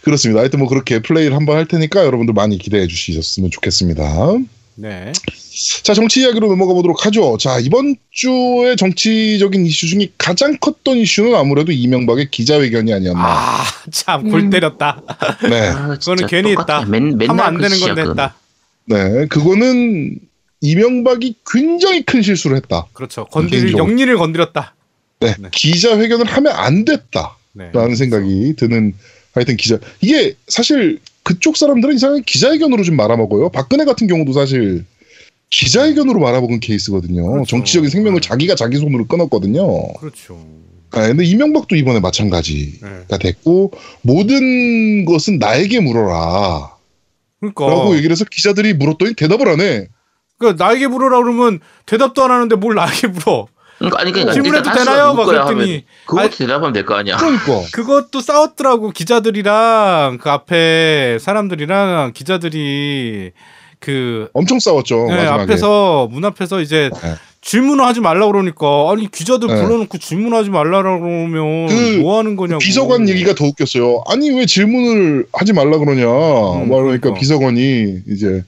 A: 그렇습니다 하여튼 뭐 그렇게 플레이를 한번 할 테니까 여러분들 많이 기대해 주셨으면 좋겠습니다
B: 네.
A: 자 정치 이야기로 넘어가 보도록 하죠 자 이번 주에 정치적인 이슈 중에 가장 컸던 이슈는 아무래도 이명박의 기자회견이 아니었나
B: 아참 골
C: 음.
B: 때렸다.
A: 네,
D: 아,
B: 그거는
D: 진짜
B: 괜히
D: 똑같아.
B: 했다.
D: 맨, 맨날
B: 하면 안
D: 그
B: 되는
D: 짓이야,
B: 건데
D: 그건.
B: 했다.
A: 네 그거는 이명박이 굉장히 큰 실수를 했다
B: 그렇죠. 건드릴
A: 개인적으로.
B: 영리를 건드렸다.
A: 네,
B: 네.
A: 기자회견을 하면 안 됐다
B: 네.
A: 라는 생각이 드는 하여튼 기자 이게 사실 그쪽 사람들은 이상하게 기자회견으로 좀 말아먹어요. 박근혜 같은 경우도 사실 기자회견으로 말아먹은 케이스거든요.
B: 그렇죠.
A: 정치적인 생명을
B: 네.
A: 자기가 자기 손으로 끊었거든요.
B: 그렇죠.
A: 아, 근데 이명박도 이번에 마찬가지가
B: 네.
A: 됐고 모든 것은 나에게 물어라.
B: 그러니까
A: 라고 얘기를 해서 기자들이 물었더니 대답을 안 해.
B: 그러니까 나에게 물어라 그러면 대답도 안 하는데 뭘 나에게 물어?
D: 그러니까 아니 그러니까
B: 질문해도
D: 일단 한수가
B: 되나요?
D: 누굴
B: 막
D: 거야
B: 그랬더니
D: 하면 그거
B: 아니-
D: 대답하면 될 거 아니야.
A: 그러니까.
B: 그것도 싸웠더라고 기자들이랑 그 앞에 사람들이랑 기자들이 그
A: 엄청 싸웠죠.
B: 네,
A: 어, 마지막에.
B: 앞에서 문 앞에서 이제
A: 네.
B: 질문을 하지 말라 그러니까 아니 기자들
A: 네.
B: 불러놓고 질문하지 말라 그러면
A: 그
B: 뭐 하는 거냐고
A: 비서관 얘기가 더 웃겼어요. 아니 왜 질문을 하지 말라 그러냐. 막 그러니까
B: 그러니까.
A: 비서관이 이제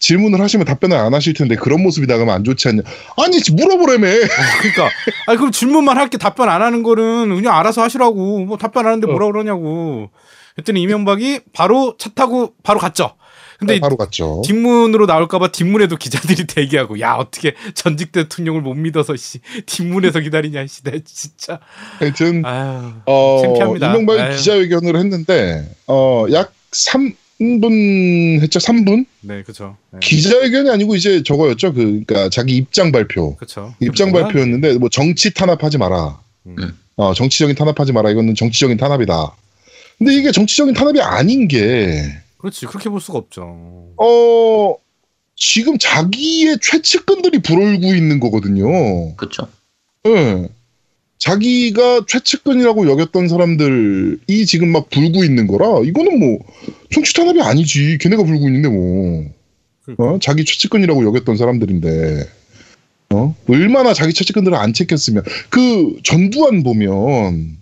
A: 질문을 하시면 답변을 안 하실 텐데 그런 모습이 나가면 안 좋지 않냐. 아니 물어보라며.
B: 그러니까 아니 그럼 질문만 할게 답변 안 하는 거는 그냥 알아서 하시라고 뭐 답변 안 하는데
A: 어.
B: 뭐라 그러냐고 했더니 이명박이 바로 차 타고 바로 갔죠. 근데
A: 아, 바로 갔죠.
B: 뒷문으로 나올까봐 뒷문에도 기자들이 대기하고 야 어떻게 전직 대통령을 못 믿어서 씨 뒷문에서 기다리냐 씨나 진짜
A: 하여튼
B: 아유
A: 어,
B: 창피합니다. 네. 아유.
A: 이명박이 기자회견을 했는데 어, 약 3분 했죠. 3분?
B: 네 그죠 네,
A: 기자회견이 아니고 이제 저거였죠. 그, 그러니까 자기 입장 발표.
B: 그죠
A: 입장 발표였는데 뭐 정치 탄압하지 마라.
B: 음.
A: 어, 정치적인 탄압하지 마라. 이거는 정치적인 탄압이다. 근데 이게 정치적인 탄압이 아닌 게
B: 그렇지 그렇게 볼 수가 없죠
A: 어, 지금 자기의 최측근들이 불얼고 있는 거거든요.
D: 그렇죠.
A: 예. 자기가 최측근이라고 여겼던 사람들이 지금 막 불고 있는 거라, 이거는 뭐, 정치 탄압이 아니지. 걔네가 불고 있는데 뭐. 어? 자기 최측근이라고 여겼던 사람들인데. 어? 얼마나 자기 최측근들을 안 챙겼으면. 그, 전두환 보면,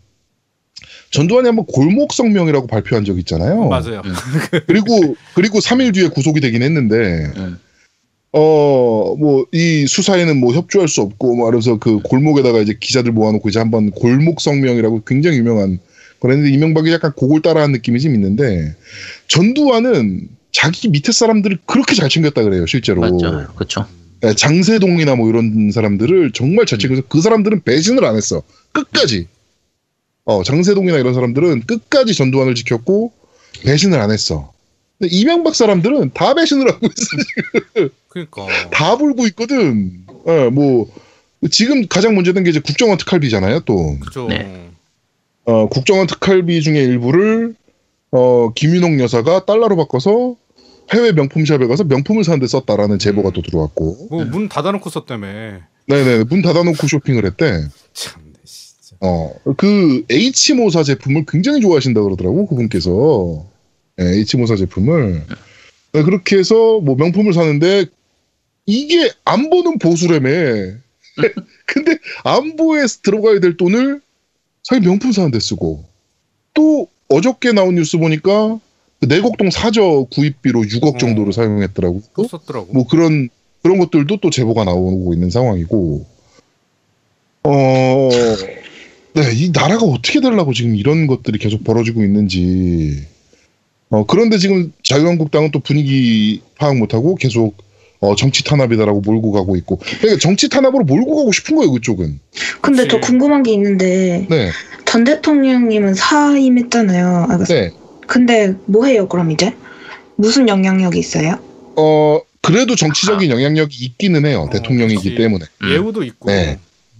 A: 전두환이 한번 골목 성명이라고 발표한 적 있잖아요.
B: 맞아요
A: 그리고 그리고 3일 뒤에 구속이 되긴 했는데
D: 음.
A: 어 뭐 이 수사에는 뭐 협조할 수 없고 뭐 그래서 그 골목에다가 이제 기자들 모아놓고 이제 한번 골목 성명이라고 굉장히 유명한 그랬는데 이명박이 약간 곡을 따라한 느낌이 좀 있는데 전두환은 자기 밑에 사람들을 그렇게 잘 챙겼다 그래요 실제로
D: 맞죠. 그렇죠.
A: 예, 장세동이나 뭐 이런 사람들을 정말 잘 챙겨서 그 사람들은 배신을 안 했어. 끝까지. 어, 장세동이나 이런 사람들은 끝까지 전두환을 지켰고 배신을 안 했어. 근데 이명박 사람들은 다 배신을 하고 있어.
B: 그러니까
A: 다 불고 있거든. 예, 뭐 지금 가장 문제된 게 이제 국정원 특활비잖아요, 또.
B: 그죠
A: 어, 국정원 특활비 중에 일부를 어, 김윤옥 여사가 달러로 바꿔서 해외 명품 샵에 가서 명품을 사는데 썼다라는 제보가 또 들어왔고.
B: 뭐 문 닫아놓고 썼다며.
A: 네네 문 닫아놓고 쇼핑을 했대.
B: 참네 진짜.
A: 어 그 H 모사 제품을 굉장히 좋아하신다 그러더라고 그분께서 예, H 모사 제품을 네, 그렇게 해서 뭐 명품을 사는데 이게 안 보는 보수라며. 근데 안보에 들어가야 될 돈을 자기 명품 사는데 쓰고 또 어저께 나온 뉴스 보니까 그네 내곡동 사저 구입비로 6억
B: 어.
A: 정도를 사용했더라고.
B: 또 썼더라고.
A: 뭐 그런 그런 것들도 또 제보가 나오고 있는 상황이고 어 네, 이 나라가 어떻게 되려고 지금 이런 것들이 계속 벌어지고 있는지. 어, 그런데 지금 자유한국당은 또 분위기 파악 못하고 계속 어, 정치 탄압이다라고 몰고 가고 있고. 그러니까 정치 탄압으로 몰고 가고 싶은 거예요, 그쪽은.
C: 근데 더
B: 그치.
C: 궁금한 게 있는데
A: 네.
C: 전 대통령님은 사임했잖아요. 아,
A: 네.
C: 근데 뭐 해요 그럼 이제? 무슨 영향력이 있어요?
A: 어, 그래도 정치적인 영향력이 있기는 해요,
B: 어,
A: 대통령이기
B: 그치.
A: 때문에.
B: 예우도 있고.
A: 네.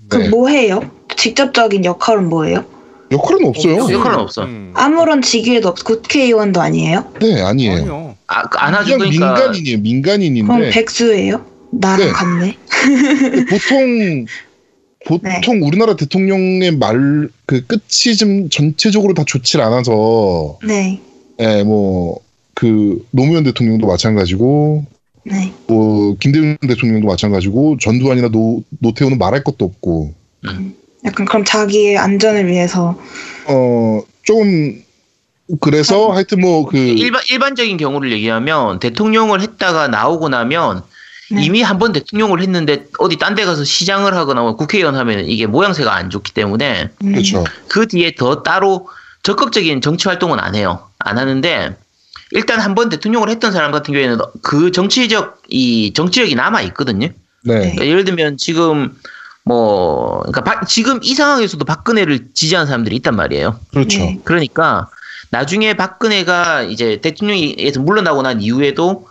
C: 그럼
A: 네.
C: 뭐 해요? 직접적인 역할은 뭐예요?
A: 역할은 없어요.
D: 없어요. 역할은 없어.
B: 음.
C: 아무런 직위에도 없고 국회의원도 아니에요?
A: 네, 아니에요.
B: 아니요.
D: 아, 그 안아줄
A: 그냥
D: 거니까.
A: 민간인이에요,
C: 그럼
A: 민간인인데.
C: 백수예요? 나랑
A: 네.
C: 같네.
A: 보통 보통
D: 네.
A: 우리나라 대통령의 말 그 끝이 좀 전체적으로 다 좋질 않아서
C: 네,
A: 예, 뭐 그 노무현 대통령도 마찬가지고
C: 네,
A: 뭐 김대중 대통령도 마찬가지고 전두환이나 노, 노태우는 말할 것도 없고
C: 약간 그럼 자기의 안전을 위해서
A: 어 조금 그래서 하여튼 뭐그
D: 아, 일반, 일반적인 경우를 얘기하면 대통령을 했다가 나오고 나면
C: 네.
D: 이미 한 번 대통령을 했는데 어디 딴 데 가서 시장을 하거나 뭐 국회의원 하면 이게 모양새가 안 좋기 때문에
C: 음,
A: 그렇죠.
D: 그 뒤에 더 따로 적극적인 정치 활동은 안 해요. 안 하는데 일단 한 번 대통령을 했던 사람 같은 경우에는 그 정치적 이 정치력이 남아 있거든요.
A: 네.
D: 그러니까 예를 들면 지금 뭐 그러니까 박- 지금 이 상황에서도 박근혜를 지지하는 사람들이 있단 말이에요.
A: 그렇죠.
C: 네.
D: 그러니까 나중에 박근혜가 이제 대통령에서 물러나고 난 이후에도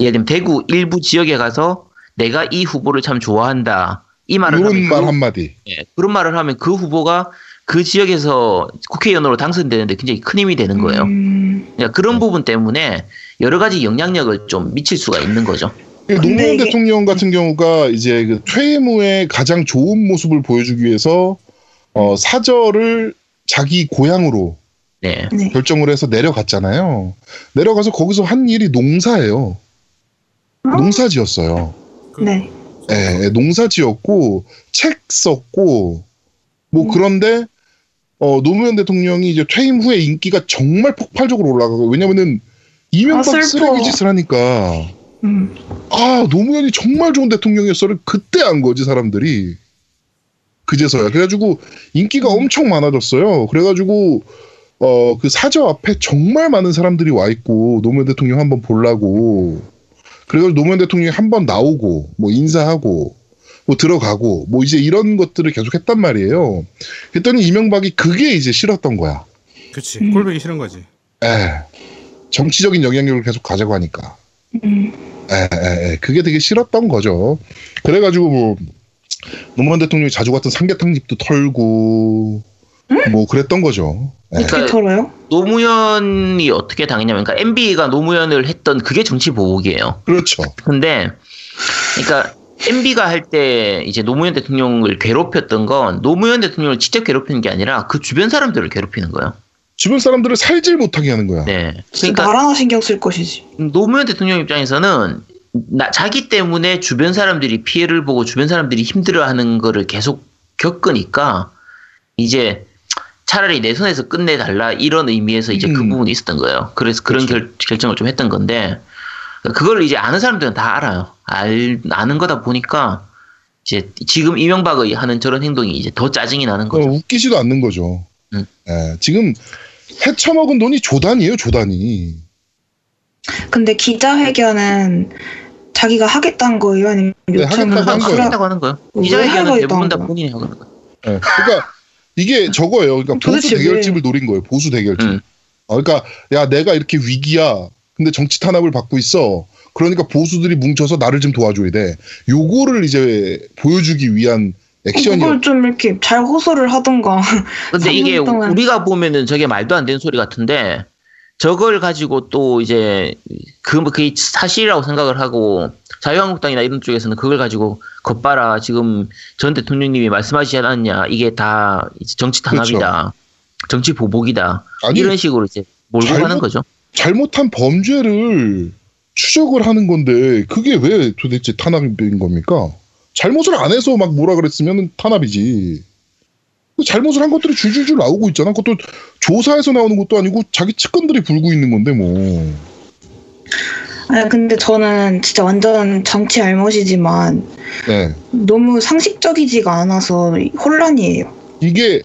D: 예를 들면 대구 일부 지역에 가서 내가 이 후보를 참 좋아한다. 이 말을 하면
A: 이런
D: 그
A: 말 한마디.
D: 예, 그런 말을 하면 그 후보가 그 지역에서 국회의원으로 당선되는데 굉장히 큰 힘이 되는 거예요.
C: 음,
D: 그러니까 그런 부분 때문에 여러 가지 영향력을 좀 미칠 수가 있는 거죠.
A: 예,
C: 근데
A: 노무현
C: 이게- 음.
A: 대통령 같은 경우가 이제 그 퇴임 후에 가장 좋은 모습을 보여주기 위해서 어, 사절을 자기 고향으로
D: 네.
C: 네.
A: 결정을 해서 내려갔잖아요. 내려가서 거기서 한 일이 농사예요.
C: 어?
A: 농사지었어요.
B: 그,
C: 네,
A: 예, 예, 농사지었고 책 썼고 뭐
C: 음.
A: 그런데 어, 노무현 대통령이 이제 퇴임 후에 인기가 정말 폭발적으로 올라가고 왜냐면은 이명박
C: 아, 슬퍼.
A: 쓰레기 짓을 하니까
C: 음,
A: 아 노무현이 정말 좋은 대통령이었어를 그때 안 거지 사람들이 그제서야 그래가지고 인기가 엄청 많아졌어요 그래가지고 어 그 사저 앞에 정말 많은 사람들이 와 있고 노무현 대통령 한번 보려고 그래가지고 노무현 대통령이 한번 나오고 뭐 인사하고 뭐 들어가고 뭐 이제 이런 것들을 계속 했단 말이에요 그랬더니 이명박이 그게 이제 싫었던 거야
B: 그치.
C: 음.
B: 꼴보기 싫은 거지.
A: 에 정치적인 영향력을 계속 가져고 하니까 네.
C: 음,
A: 에, 에, 에. 예, 그게 되게 싫었던 거죠. 그래가지고 뭐 노무현 대통령이 자주 갔던 삼계탕집도 털고 뭐 그랬던 거죠. 에.
C: 어떻게
D: 그러니까-
C: 털어요?
D: 노무현이 어떻게 당했냐면, 그러니까 MB가 노무현을 했던 그게 정치 보복이에요.
A: 그렇죠.
D: 근데, 그러니까 MB가 할 때 이제 노무현 대통령을 괴롭혔던 건 노무현 대통령을 직접 괴롭히는 게 아니라 그 주변 사람들을 괴롭히는 거예요.
A: 주변 사람들을 살질 못하게 하는 거야.
D: 네.
C: 진짜 나라나 신경 쓸 것이지.
D: 노무현 대통령 입장에서는 나- 자기 때문에 주변 사람들이 피해를 보고 주변 사람들이 힘들어하는 거를 계속 겪으니까 이제 차라리 내 손에서 끝내달라 이런 의미에서 이제 그
A: 음.
D: 부분이 있었던 거예요. 그래서 그런 결, 결정을 좀 했던 건데 그러니까 그걸 이제 아는 사람들은 다 알아요. 알, 아는 거다 보니까 이제 지금 이명박의 하는 저런 행동이 이제 더 짜증이 나는
A: 어,
D: 거죠.
A: 웃기지도 않는 거죠.
D: 음.
A: 에, 지금 해쳐먹은 돈이 조단이에요, 조단이.
C: 근데 기자회견은 자기가 하겠다는 거예요? 아니면
A: 네,
C: 요청을
A: 하겠다고 한 거예요.
D: 그러니까
C: 뭐 하고 어,
D: 뭐 하겠다고 하는 거예요.
C: 왜
D: 기자회견은
C: 하겠다고
D: 대부분
C: 한
D: 다
C: 거야?
D: 본인이 하고 있는 거예요.
A: 예, 그러니까 이게 저거예요. 그러니까 보수
C: 도대체 왜?
A: 대결집을 노린 거예요. 보수 대결집.
D: 음.
A: 어, 그러니까 야 내가 이렇게 위기야. 근데 정치 탄압을 받고 있어. 그러니까 보수들이 뭉쳐서 나를 좀 도와줘야 돼. 요거를 이제 보여주기 위한 액션이요.
C: 그걸 좀 이렇게 잘 호소를 하던가.
D: 근데 이게
C: 3년 동안.
D: 우리가 보면은 저게 말도 안 되는 소리 같은데 저걸 가지고 또 이제 그 그게 사실이라고 생각을 하고 자유한국당이나 이런 쪽에서는 그걸 가지고 겉바라 지금 전 대통령님이 말씀하시지 않았냐 이게 다 이제 정치 탄압이다 정치 보복이다
A: 그렇죠. 아니,
D: 이런 식으로 이제 몰고
A: 잘못-
D: 가는 거죠.
A: 잘못한 범죄를 추적을 하는 건데 그게 왜 도대체 탄압인 겁니까? 잘못을 안 해서 막 뭐라 그랬으면 탄압이지. 그 잘못을 한 것들이 줄줄줄 나오고 있잖아. 그것도 조사에서 나오는 것도 아니고 자기 측근들이 불고 있는 건데 뭐.
C: 아 근데 저는 진짜 완전 정치 알못이지만
A: 네.
C: 너무 상식적이지가 않아서 혼란이에요.
A: 이게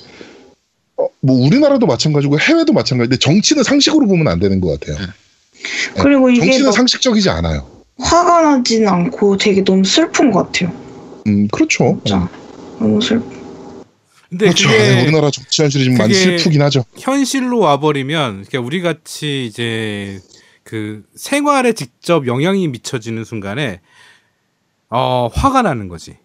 A: 어, 뭐 우리나라도 마찬가지고 해외도 마찬가지인데 정치는 상식으로 보면 안 되는 것 같아요.
C: 그리고 이게
A: 네,
B: 뭐
A: 정치는
C: 막
A: 상식적이지 않아요.
C: 화가 나진 않고 되게 너무 슬픈 것 같아요.
A: 음, 그렇죠.
C: 진짜. 너무 슬퍼.
B: 근데
A: 그렇죠.
B: 그게
A: 네, 우리나라 정치 현실이 좀 많이
B: 그게-
A: 슬프긴 하죠.
B: 현실로 와버리면 그러니까 우리 같이 이제 그 생활에 직접 영향이 미쳐지는 순간에 어 화가 나는 거지.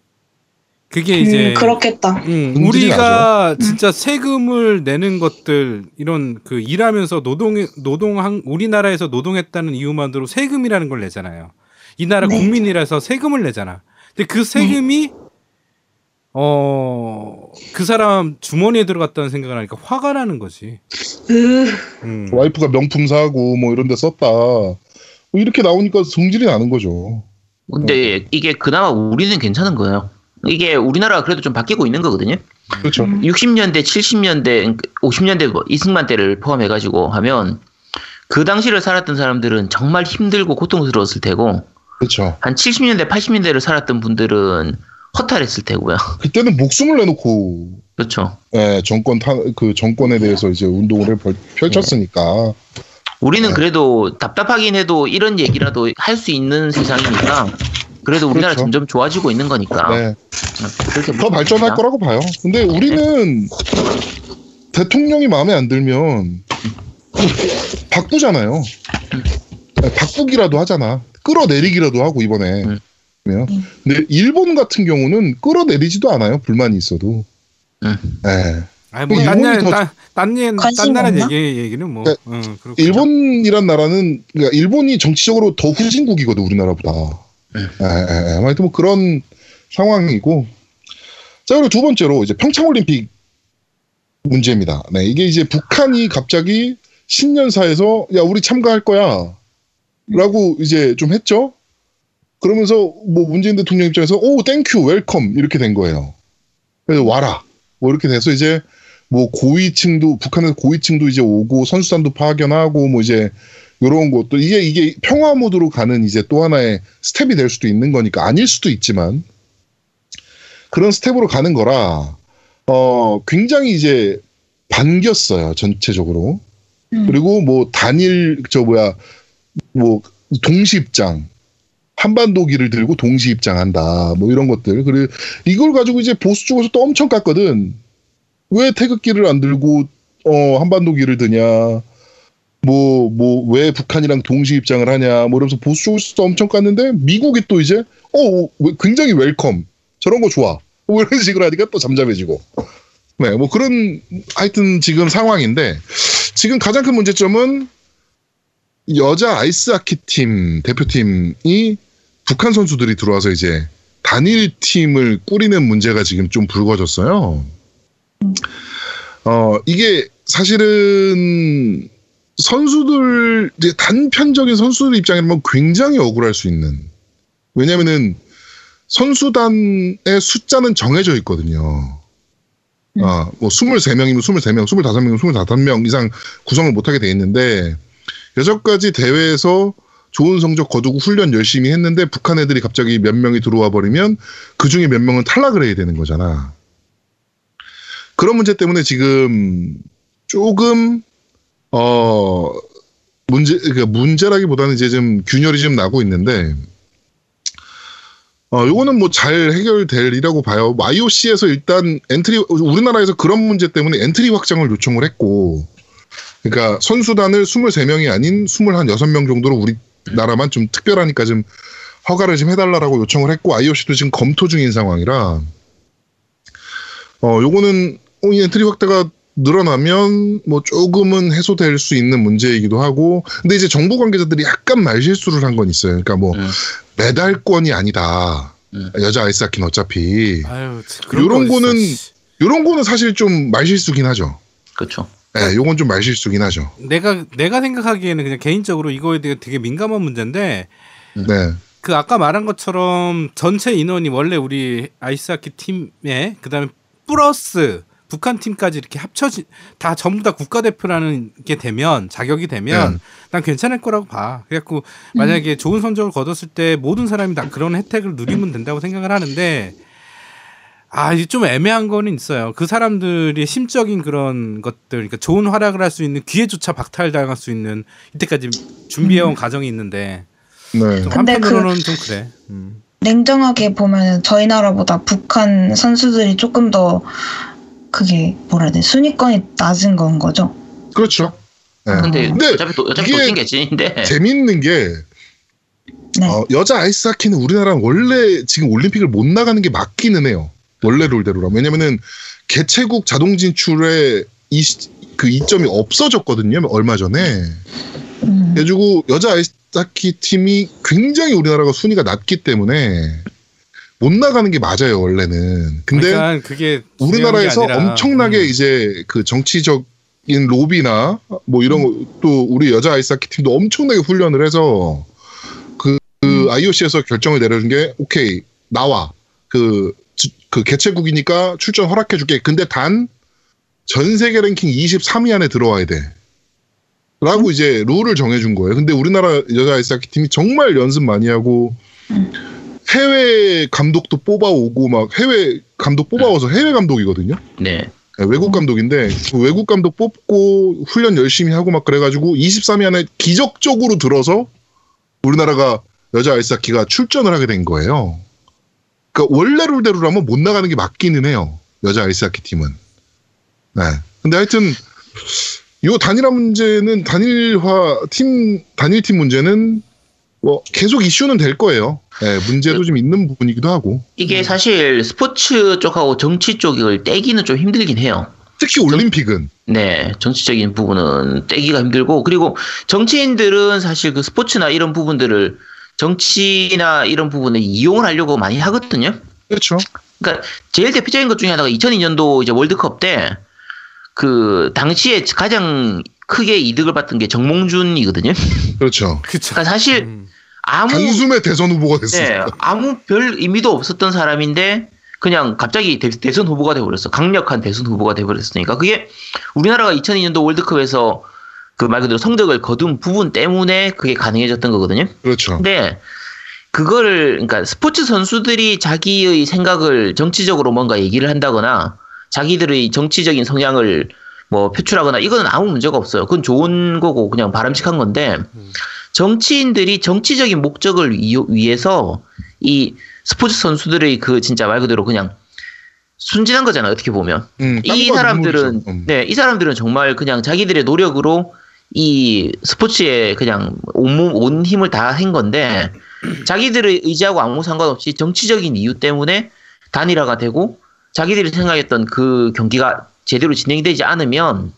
B: 그게 이제
C: 음, 그렇겠다.
B: 음,
A: 응징이
B: 우리가 진짜 세금을 내는 것들 이런 그 일하면서 노동 노동한 우리나라에서 노동했다는 이유만으로 세금이라는 걸 내잖아요. 이 나라
C: 네.
B: 국민이라서 세금을 내잖아. 근데 그 세금이 어, 그 사람 주머니에 들어갔다는 생각을 하니까 화가 나는 거지.
C: 으,
B: 음.
A: 와이프가 명품 사고 뭐 이런 데 썼다. 뭐 이렇게 나오니까 성질이 나는 거죠.
D: 근데
A: 네.
D: 이게 그나마 우리는 괜찮은 거예요. 이게 우리나라가 그래도 좀 바뀌고 있는 거거든요.
A: 그렇죠.
C: 음.
D: 60년대, 70년대, 50년대 뭐 이승만 때를 포함해가지고 하면 그 당시를 살았던 사람들은 정말 힘들고 고통스러웠을 테고
A: 그렇죠.
D: 한 70년대, 80년대를 살았던 분들은 허탈했을 테고요.
A: 그때는 목숨을 내놓고
D: 그렇죠.
A: 예, 정권 탄, 그 정권에 대해서 이제 운동을 벌- 펼쳤으니까 네.
D: 우리는 그래도 답답하긴 해도 이런 얘기라도 할 수 있는 세상이니까 그래도 우리나라
A: 그렇죠.
D: 점점 좋아지고 있는 거니까
A: 네,
D: 그렇게 네.
A: 더
D: 보면 됩니다.
A: 발전할 거라고 봐요. 근데 우리는 대통령이 마음에 안 들면 바꾸잖아요. 예, 바꾸기라도 하잖아. 끌어내리기라도 하고 이번에.
D: 음.
A: 그러면. 근데 일본 같은 경우는 끌어내리지도 않아요. 불만이 있어도.
D: 음.
A: 예.
B: 아니 뭐
A: 그
B: 딴
A: 일본이
B: 나라
A: 더-
B: 딴- 딴 얘- 딴
C: 관심이
B: 나라
C: 없나?
B: 얘기 얘기는 뭐.
A: 네.
B: 음, 그렇군요.
A: 일본이란 나라는 그러니까 일본이 정치적으로 더 후진국이거든 우리나라보다.
D: 네.
A: 예, 예, 예. 하여튼 뭐 그런 상황이고. 자 그리고 두 번째로 이제 평창올림픽 문제입니다. 네 이게 이제 북한이 갑자기 신년사에서 야 우리 참가할 거야라고 이제 좀 했죠. 그러면서 뭐 문재인 대통령 입장에서 오 땡큐 웰컴 이렇게 된 거예요. 그래서 와라 뭐 이렇게 돼서 이제 뭐 고위층도 북한에서 고위층도 이제 오고 선수단도 파견하고 뭐 이제 요런 것도 이게 이게 평화 모드로 가는 이제 또 하나의 스텝이 될 수도 있는 거니까 아닐 수도 있지만 그런 스텝으로 가는 거라 어 굉장히 이제 반겼어요 전체적으로
C: 음.
A: 그리고 뭐 단일 저 뭐야 뭐 동시 입장 한반도기를 들고 동시 입장한다 뭐 이런 것들 그리고 이걸 가지고 이제 보수 쪽에서 또 엄청 깠거든 왜 태극기를 안 들고 어, 한반도기를 드냐 뭐 뭐 왜 북한이랑 동시 입장을 하냐 뭐 이러면서 보수 쪽에서도 엄청 깠는데 미국이 또 이제 어 왜- 굉장히 웰컴 저런 거 좋아 뭐 이런 식으로 하니까 또 잠잠해지고 네 뭐 그런 하여튼 지금 상황인데 지금 가장 큰 문제점은 여자 아이스하키 팀 대표팀이 북한 선수들이 들어와서 이제 단일 팀을 꾸리는 문제가 지금 좀 불거졌어요. 어, 이게 사실은 선수들, 이제 단편적인 선수들 입장이라면 굉장히 억울할 수 있는. 왜냐면은 선수단의 숫자는 정해져 있거든요. 아, 뭐 23명이면 23명, 25명이면 25명 이상 구성을 못하게 돼 있는데 여섯 가지 대회에서 좋은 성적 거두고 훈련 열심히 했는데 북한 애들이 갑자기 몇 명이 들어와 버리면 그 중에 몇 명은 탈락을 해야 되는 거잖아. 그런 문제 때문에 지금 조금 어 문제 그러니까 문제라기보다는 이제 좀 균열이 좀 나고 있는데 어 요거는 뭐 잘 해결될이라고 봐요. IOC에서 일단 엔트리 우리나라에서 그런 문제 때문에 엔트리 확장을 요청을 했고 그러니까 선수단을 23명이 아닌 26명 정도로 우리나라만 좀 특별하니까 좀 허가를 좀 해달라라고 요청을 했고 IOC도 지금 검토 중인 상황이라 어 요거는 어, 이 엔트리 확대가 늘어나면 뭐 조금은 해소될 수 있는 문제이기도 하고 근데 이제 정보 관계자들이 약간 말실수를 한 건 있어요. 그러니까 뭐
D: 음.
A: 메달권이 아니다.
D: 음.
A: 여자 아이스하키는 어차피
B: 아유, 참, 그런
A: 요런
B: 거 어딨어,
A: 거는
B: 씨.
A: 요런 거는 사실 좀 말실수긴 하죠.
D: 그렇죠.
A: 예, 요건 좀 말실수긴 하죠.
B: 내가 내가 생각하기에는 그냥 개인적으로 이거에 대해 되게 민감한 문제인데
A: 네.
B: 그 아까 말한 것처럼 전체 인원이 원래 우리 아이스하키 팀에 그다음에 플러스 북한 팀까지 이렇게 합쳐진 다 전부 다 국가대표라는 게 되면 자격이 되면
A: 네.
B: 난 괜찮을 거라고 봐. 그래갖고 만약에 좋은 성적을 거뒀을 때 모든 사람이 다 그런 혜택을 누리면 된다고 생각을 하는데 아, 이게 좀 애매한 거는 있어요. 그 사람들이 심적인 그런 것들, 그러니까 좋은 활약을 할 수 있는 기회조차 박탈당할 수 있는 이때까지 준비해온 과정이 있는데
A: 네.
B: 좀
C: 근데
B: 한편으로는 좀 그래. 음.
C: 냉정하게 보면 저희 나라보다 북한 선수들이 조금 더 그게 뭐라 해야 돼 순위권이 낮은 건 거죠.
A: 그렇죠. 네.
D: 근데
A: 근데
D: 어차피 또 어차피
A: 이게
D: 또 튕겼지. 근데
A: 재밌는 게
C: 네.
A: 어, 여자 아이스하키는 우리나라는 원래 지금 올림픽을 못 나가는 게 맞기는 해요. 원래 롤대로라면. 왜냐면은 개최국 자동 진출에 이, 시- 그 이점이 없어졌거든요. 얼마 전에.
C: 음.
A: 그래가지고 여자 아이스하키 팀이 굉장히 우리나라가 순위가 낮기 때문에 못 나가는 게 맞아요. 원래는. 근데
B: 그러니까 그게 중요한 게
A: 우리나라에서
B: 아니라,
A: 엄청나게
B: 음.
A: 이제 그 정치적인 로비나 뭐 이런
B: 음.
A: 거 또 우리 여자 아이스하키 팀도 엄청나게 훈련을 해서 그, 그
B: 음.
A: IOC에서 결정을 내려준 게 오케이 나와 그, 지- 그 개최국이니까 출전 허락해줄게. 근데 단 전 세계 랭킹 23위 안에 들어와야 돼. 라고
B: 음?
A: 이제 룰을 정해준 거예요. 근데 우리나라 여자 아이스하키 팀이 정말 연습 많이 하고 해외 감독도 뽑아오고 막 해외 감독 뽑아와서 해외 감독이거든요.
D: 네.
A: 네, 외국 감독인데 그 외국 감독 뽑고 훈련 열심히 하고 막 그래가지고 23위 안에 기적적으로 들어서 우리나라가 여자 아이스하키가 출전을 하게 된 거예요. 그러니까 원래 룰대로라면 못 나가는 게 맞기는 해요. 여자 아이스하키 팀은. 네. 근데 하여튼 요 단일화 문제는 단일화 팀 단일 팀 문제는 뭐 계속 이슈는 될 거예요. 네, 문제도 좀 있는 부분이기도 하고
D: 이게 사실 스포츠 쪽하고 정치 쪽을 떼기는 좀 힘들긴 해요.
A: 특히 올림픽은
D: 네, 정치적인 부분은 떼기가 힘들고 그리고 정치인들은 사실 그 스포츠나 이런 부분들을 정치나 이런 부분을 이용하려고 많이 하거든요.
A: 그렇죠.
D: 그러니까 제일 대표적인 것 중에 하나가 2002년도 이제 월드컵 때 그 당시에 가장 크게 이득을 봤던 게 정몽준이거든요.
A: 그렇죠.
B: 그쵸.
D: 그러니까 사실
B: 음.
D: 아무
A: 단숨에 대선 후보가
D: 네,
A: 됐습니다.
D: 아무 별 의미도 없었던 사람인데 그냥 갑자기 대, 선 후보가 돼버렸어. 강력한 대선 후보가 돼버렸으니까 그게 우리나라가 2002년도 월드컵에서 그 말 그대로 성적을 거둔 부분 때문에 그게 가능해졌던 거거든요.
A: 그렇죠.
D: 근데 네. 그거를 그러니까 스포츠 선수들이 자기의 생각을 정치적으로 뭔가 얘기를 한다거나 자기들의 정치적인 성향을 뭐 표출하거나 이거는 아무 문제가 없어요. 그건 좋은 거고 그냥 바람직한 건데 정치인들이 정치적인 목적을 위, 위해서 이 스포츠 선수들의 그 진짜 말 그대로 그냥 순진한 거잖아요. 어떻게 보면
A: 음, 땀과
D: 이
A: 눈물이죠.
D: 사람들은
A: 음.
D: 네, 이 사람들은 정말 그냥 자기들의 노력으로 이 스포츠에 그냥 온몸 온 힘을 다 한 건데 자기들의 의지하고 아무 상관없이 정치적인 이유 때문에 단일화가 되고 자기들이 생각했던 그 경기가 제대로 진행되지 않으면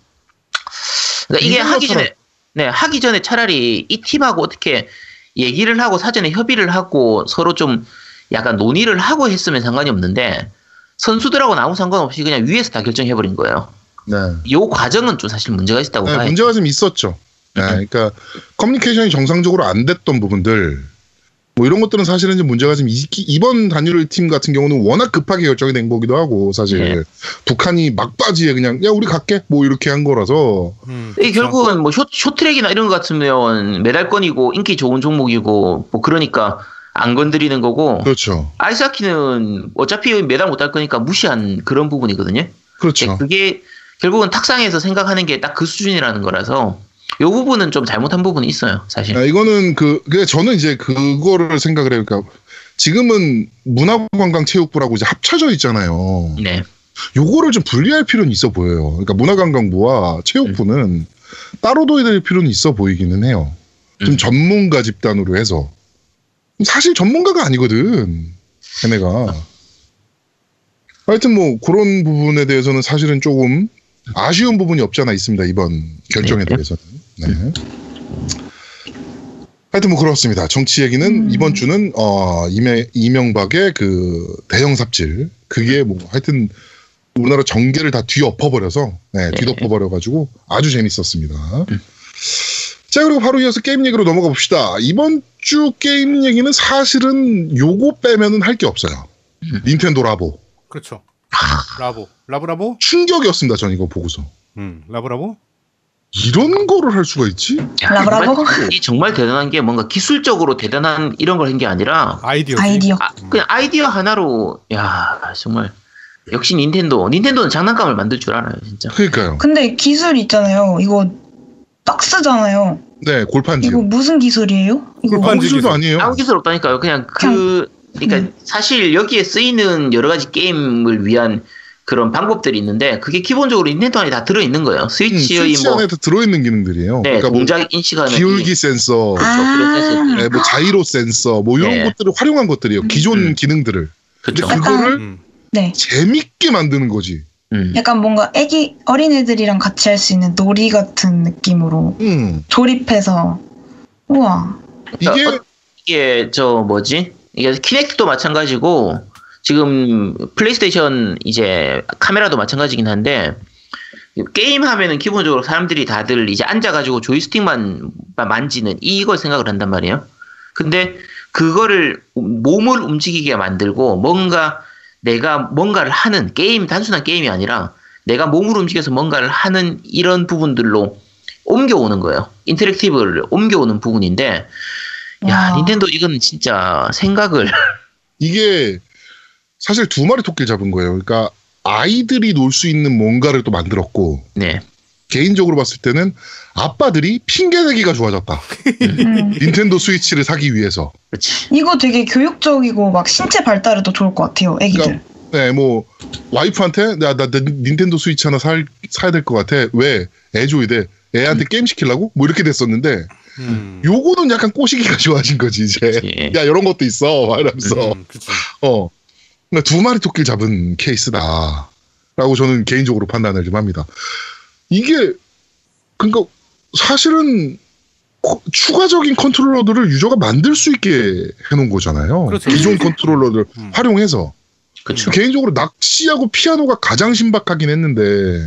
D: 그러니까 이게 하기 전에 네 하기 전에 차라리 이 팀하고 어떻게 얘기를 하고 사전에 협의를 하고 서로 좀 약간 논의를 하고 했으면 상관이 없는데 선수들하고는 아무 상관없이 그냥 위에서 다 결정해버린 거예요.
A: 네.
D: 요 과정은 좀 사실 문제가 있다고
A: 네,
D: 봐요.
A: 문제가 좀 있었죠.
D: 음.
A: 네, 그러니까 커뮤니케이션이 정상적으로 안 됐던 부분들 뭐 이런 것들은 사실은 좀 문제가 좀 있, 이번 단일 팀 같은 경우는 워낙 급하게 결정이 된 거기도 하고 사실
D: 네.
A: 북한이 막바지에 그냥 야 우리 갈게 뭐 이렇게 한 거라서
B: 음,
D: 이 결국은 뭐 쇼, 쇼트랙이나 이런 것 같으면 메달권이고 인기 좋은 종목이고 뭐 그러니까 안 건드리는 거고
A: 그렇죠.
D: 아이스하키는 어차피 메달 못 할 거니까 무시한 그런 부분이거든요.
A: 그렇죠.
D: 그게 결국은 탁상에서 생각하는 게 딱 그 수준이라는 거라서 요 부분은 좀 잘못한 부분이 있어요, 사실.
A: 아, 이거는 그, 그 저는 이제 그거를 생각을 해요. 그러니까 지금은 문화관광체육부라고 이제 합쳐져 있잖아요.
D: 네.
A: 요거를 좀 분리할 필요는 있어 보여요. 그러니까 문화관광부와 체육부는 따로 둬야 될 필요는 있어 보이기는 해요. 좀
D: 음.
A: 전문가 집단으로 해서 사실 전문가가 아니거든. 걔네가 하여튼 뭐 그런 부분에 대해서는 사실은 조금 아쉬운 부분이 없잖아 있습니다 이번 결정에
D: 네.
A: 대해서는. 네. 하여튼 뭐 그렇습니다. 정치 얘기는
C: 음.
A: 이번 주는 어 이명, 이명박의 그 대형 삽질 그게 뭐 하여튼 우리나라 정계를 다 뒤엎어버려서 네, 뒤덮어버려가지고 아주 재밌었습니다. 자 그리고 바로 이어서 게임 얘기로 넘어가 봅시다. 이번 주 게임 얘기는 사실은 요거 빼면은 할 게 없어요. 닌텐도 라보
B: 그렇죠. 라보 라브라보.
A: 충격이었습니다. 전 이거 보고서
B: 음 라브라보.
A: 이런 거를 할 수가 있지?
D: 어.
C: 라브라보?
D: 이 정말 대단한 게 뭔가 기술적으로 대단한 이런 걸 한 게 아니라
B: 아이디어.
C: 아이디어.
D: 아, 그냥 아이디어 하나로 야 정말 역시 닌텐도 닌텐도는 장난감을 만들 줄 알아요 진짜
A: 그러니까요.
C: 근데 기술 있잖아요. 이거 박스잖아요.
A: 네
C: 이거
A: 골판지요.
C: 무슨 기술이에요? 이거
B: 골판- 골판지기죠.
A: 아무것도 아니에요.
D: 아무 기술 없다니까요 그냥 그 그러니까 사실 여기에 쓰이는 여러 가지 게임을 위한 그런 방법들이 있는데 그게 기본적으로 닌텐도 안에 다 들어있는 거예요
A: 음,
D: 스위치의
A: 스위치
D: 뭐
A: 안에 다 들어있는 기능들이에요.
D: 네,
A: 그러니까 뭐
D: 동작 인식하는
A: 기울기 센서,
C: 아.
A: 네, 뭐 자이로 센서, 뭐 이런
D: 네.
A: 것들을 활용한 것들이에요. 기존
D: 음.
A: 기능들을. 근데
D: 그렇죠.
C: 약간-
A: 그거를
B: 음.
C: 네.
A: 재밌게 만드는 거지.
D: 음.
C: 약간 뭔가 애기 어린애들이랑 같이 할 수 있는 놀이 같은 느낌으로
A: 음.
C: 조립해서 우와.
A: 이게
D: 어, 이게 저 뭐지? 이게 키넥트도 마찬가지고 지금 플레이스테이션 이제 카메라도 마찬가지긴 한데 게임 하면은 기본적으로 사람들이 다들 이제 앉아가지고 조이스틱만 만지는 이걸 생각을 한단 말이에요. 근데 그거를 몸을 움직이게 만들고 뭔가 내가 뭔가를 하는 게임 단순한 게임이 아니라 내가 몸을 움직여서 뭔가를 하는 이런 부분들로 옮겨오는 거예요. 인터랙티브를 옮겨오는 부분인데 야
C: 와.
D: 닌텐도 이건 진짜 생각을
A: 이게 사실 두 마리 토끼를 잡은 거예요. 그러니까 아이들이 놀 수 있는 뭔가를 또 만들었고
D: 네
A: 개인적으로 봤을 때는 아빠들이 핑계대기가 좋아졌다.
C: 음.
A: 닌텐도 스위치를 사기 위해서.
D: 그렇지
C: 이거 되게 교육적이고 막 신체 발달에도 좋을 것 같아요. 애기들.
A: 네, 뭐 와이프한테 나, 나, 나 닌텐도 스위치 하나 살, 사야 될 것 같아. 왜? 애 줘야 돼. 애한테 게임 시키려고? 뭐 이렇게 됐었는데
B: 음.
A: 요거는 약간 꼬시기가 좋아진 거지 이제.
D: 예.
A: 야 이런 것도 있어. 막 이러면서
B: 음, 그렇죠.
A: 어. 그러니까 두 마리 토끼를 잡은 케이스다. 라고 저는 개인적으로 판단을 좀 합니다. 이게 그러니까 사실은 코- 추가적인 컨트롤러들을 유저가 만들 수 있게 해놓은 거잖아요.
B: 그렇죠.
A: 기존 컨트롤러들
B: 음.
A: 활용해서.
D: 그렇죠
A: 개인적으로 낚시하고 피아노가 가장 신박하긴 했는데,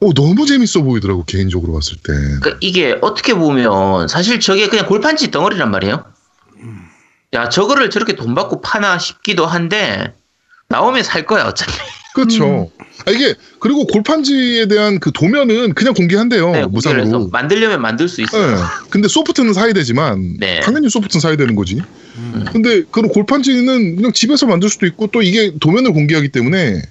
A: 어, 너무 재밌어 보이더라고, 개인적으로 봤을 때.
D: 그러니까 이게 어떻게 보면 사실 저게 그냥 골판지 덩어리란 말이에요 야 저거를 저렇게 돈 받고 파나 싶기도 한데 나오면 살 거야 어차피
A: 그렇죠.
D: 음.
A: 아, 이게, 그리고 골판지에 대한 그 도면은 그냥 공개한대요,
D: 네, 그래서
A: 어, 무상으로.
D: 만들려면 만들 수 있어
A: 예. 근데 소프트는 사야 되지만,
D: 네.
A: 당연히 소프트는 사야 되는 거지.
B: 음.
A: 근데 그런 골판지는 그냥 집에서 만들 수도 있고, 또 이게 도면을 공개하기 때문에,